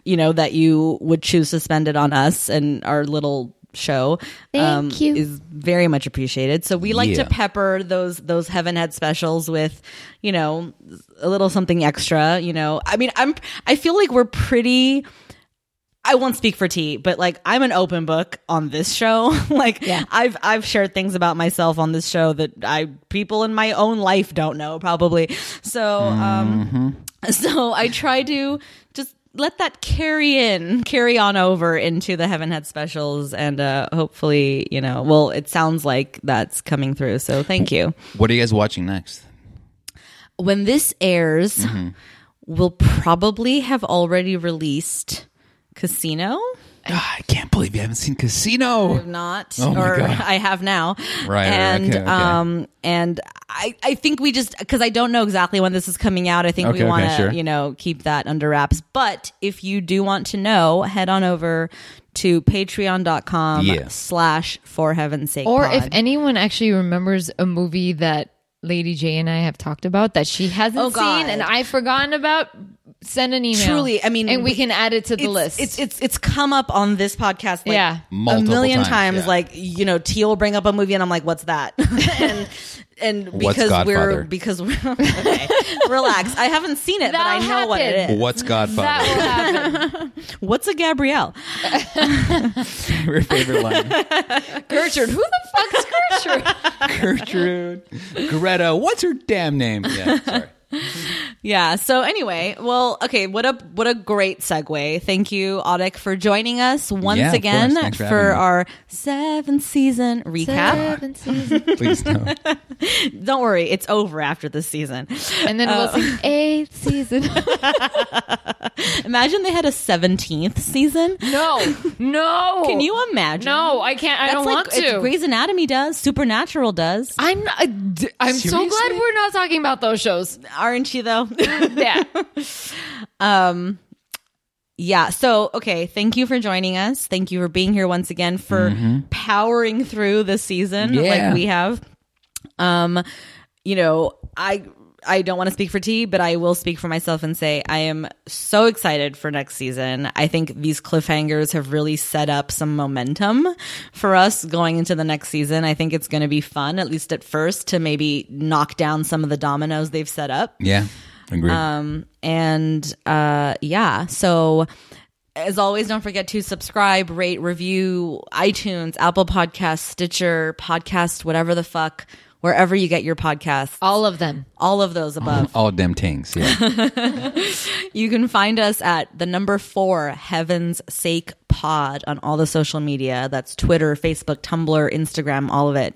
S2: you know that you would choose to spend it on us and our little show um,
S1: Thank you.
S2: is very much appreciated. So we like
S3: Yeah.
S2: to pepper those those heaven head specials with, you know, a little something extra. You know, I mean, I'm I feel like we're pretty. I won't speak for T, but like I'm an open book on this show. like I've I've shared things about myself on this show that I people in my own life don't know probably. So um so I try to just let that carry in, carry on over into the Heaven Head specials and uh hopefully, you know, well it sounds like that's coming through. So thank you.
S3: What are you guys watching next?
S2: When this airs,
S3: Mm-hmm.
S2: we'll probably have already released Casino.
S3: God, Ah, I can't believe you haven't seen Casino.
S2: have not,
S3: Oh my
S2: or
S3: God.
S2: I have now.
S3: right,
S2: and
S3: okay, okay.
S2: um, and I, I think we just because I don't know exactly when this is coming out. I think
S3: Okay,
S2: we
S3: okay,
S2: want to,
S3: sure.
S2: you know, keep that under wraps. But if you do want to know, head on over to patreon.com
S3: Yeah.
S2: slash for heaven's sake
S1: Or
S2: pod.
S1: if anyone actually remembers a movie that Lady J and I have talked about that she hasn't
S2: Oh, God.
S1: seen and I've forgotten about, send an email.
S2: Truly, I mean,
S1: and we,
S2: we-
S1: can add it to the
S2: it's,
S1: list.
S2: It's it's it's come up on this podcast like
S1: Yeah.
S2: a
S3: Multiple
S2: million
S3: times,
S2: times.
S3: yeah.
S2: Like you know, Tia will bring up a movie, and I'm like, "What's that?" and and
S3: What's
S2: because we're
S3: Godfather?
S2: because we're okay, relax. I haven't seen it, but I know
S1: That'll
S2: what it
S1: happen.
S2: is.
S3: What's
S1: that
S3: Godfather?
S1: will happen.
S2: What's a Gabrielle?
S3: Your favorite line,
S1: Gertrude, who the fuck's Gertrude?
S3: Gertrude, Greta. What's her damn name? Yeah, sorry.
S2: Yeah. So anyway, well, okay. What a what a great segue. Thank you, Audic, for joining us once
S3: Yeah, of course.
S2: again
S3: Thanks for
S2: for,
S3: having me.
S2: our seventh season recap.
S1: Seven seasons.
S3: Please no.
S2: Don't worry, it's over after this season.
S1: And then we'll see eighth season.
S2: Imagine they had a seventeenth season.
S1: no, no.
S2: Can you imagine?
S1: Oh. No, I can't. I
S2: That's
S1: don't
S2: like
S1: want
S2: it's
S1: to.
S2: Grey's Anatomy does. Supernatural does.
S1: I'm not, I'm so glad
S3: Seriously?
S1: we're not talking about those shows.
S2: Aren't you though?
S1: Yeah.
S2: Yeah. So, okay. Thank you for joining us. Thank you for being here once again for powering through this season
S3: Yeah.
S2: like we have. Um, you know, I I don't want to speak for T, but I will speak for myself and say I am so excited for next season. I think these cliffhangers have really set up some momentum for us going into the next season. I think it's going to be fun, at least at first, to maybe knock down some of the dominoes they've set up
S3: Yeah. Agreed.
S2: and uh yeah so as always don't forget to subscribe rate review itunes apple Podcasts, stitcher podcast whatever the fuck wherever you get your podcasts
S1: All of them.
S2: all of those above
S3: All them things. Yeah.
S2: you can find us at the number four heaven's sake pod on all the social media that's twitter facebook tumblr instagram all of it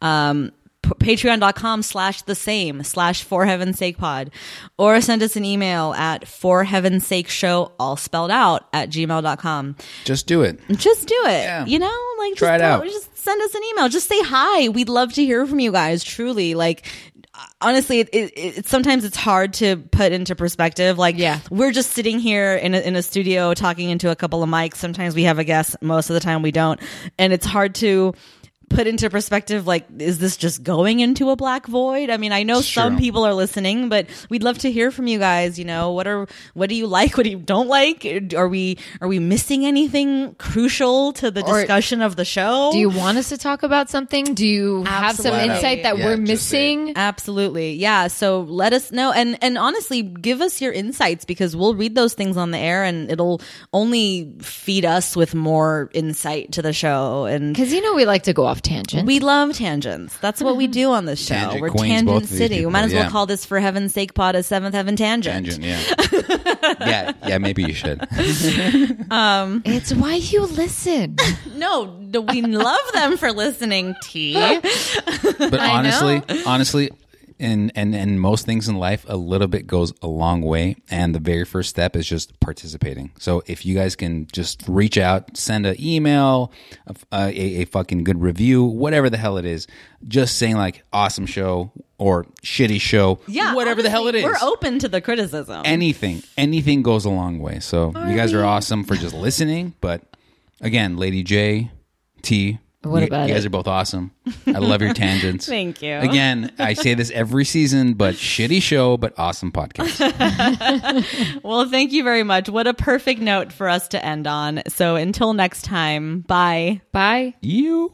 S2: um p- patreon.com slash the same slash for heaven's sake pod or send us an email at for heaven's sake show all spelled out at gmail.com
S3: Just do it.
S2: just do it
S3: Yeah.
S2: you know like
S3: Try it
S2: just,
S3: out.
S2: just send us an email just say hi we'd love to hear from you guys truly like honestly it, it, it sometimes it's hard to put into perspective like
S1: Yeah.
S2: we're just sitting here in a, in a studio talking into a couple of mics sometimes we have a guest most of the time we don't and it's hard to put into perspective like is this just going into a black void i mean i know some
S3: true.
S2: people are listening but we'd love to hear from you guys you know what are what do you like what do you don't like are we are we missing anything crucial to the
S1: Or-
S2: discussion of the show
S1: Do you want us to talk about something? Do you have some
S2: Absolutely.
S1: insight that
S3: Yeah,
S1: we're
S3: just say it.
S1: missing?
S2: Absolutely. Yeah. So let us know. And, and honestly, give us your insights because we'll read those things on the air and it'll only feed us with more insight to the show. And
S1: Because you know we like to go off tangent.
S2: we love tangents. That's what we do on this show.
S3: Tangent
S2: We're
S3: queens, both
S2: Tangent
S3: of these
S2: City.
S3: people,
S2: we might as well
S3: yeah.
S2: call this, for heaven's sake, pod a seventh heaven tangent.
S3: Tangent. Yeah. yeah. Yeah. Maybe you should.
S1: it's why you listen.
S2: No, no, we love them for listening, T.
S3: But
S1: I
S3: honestly, honestly, and and and most things in life, a little bit goes a long way. And the very first step is just participating. So if you guys can just reach out, send an email, a, f- a- a- a fucking good review, whatever the hell it is, just saying like awesome show or shitty show,
S2: Yeah.
S3: whatever the hell it
S2: honestly,
S3: is.
S2: We're open to the criticism.
S3: anything, anything goes a long way. So you guys are awesome for just listening. But again, Lady J, T.
S1: What
S3: you,
S1: about
S3: you guys
S1: it?
S3: are both awesome. I love your tangents.
S2: Thank you.
S3: Again, I say this every season, but shitty show, but awesome podcast.
S2: Well, thank you very much. What a perfect note for us to end on. So until next time, bye.
S1: Bye.
S3: you.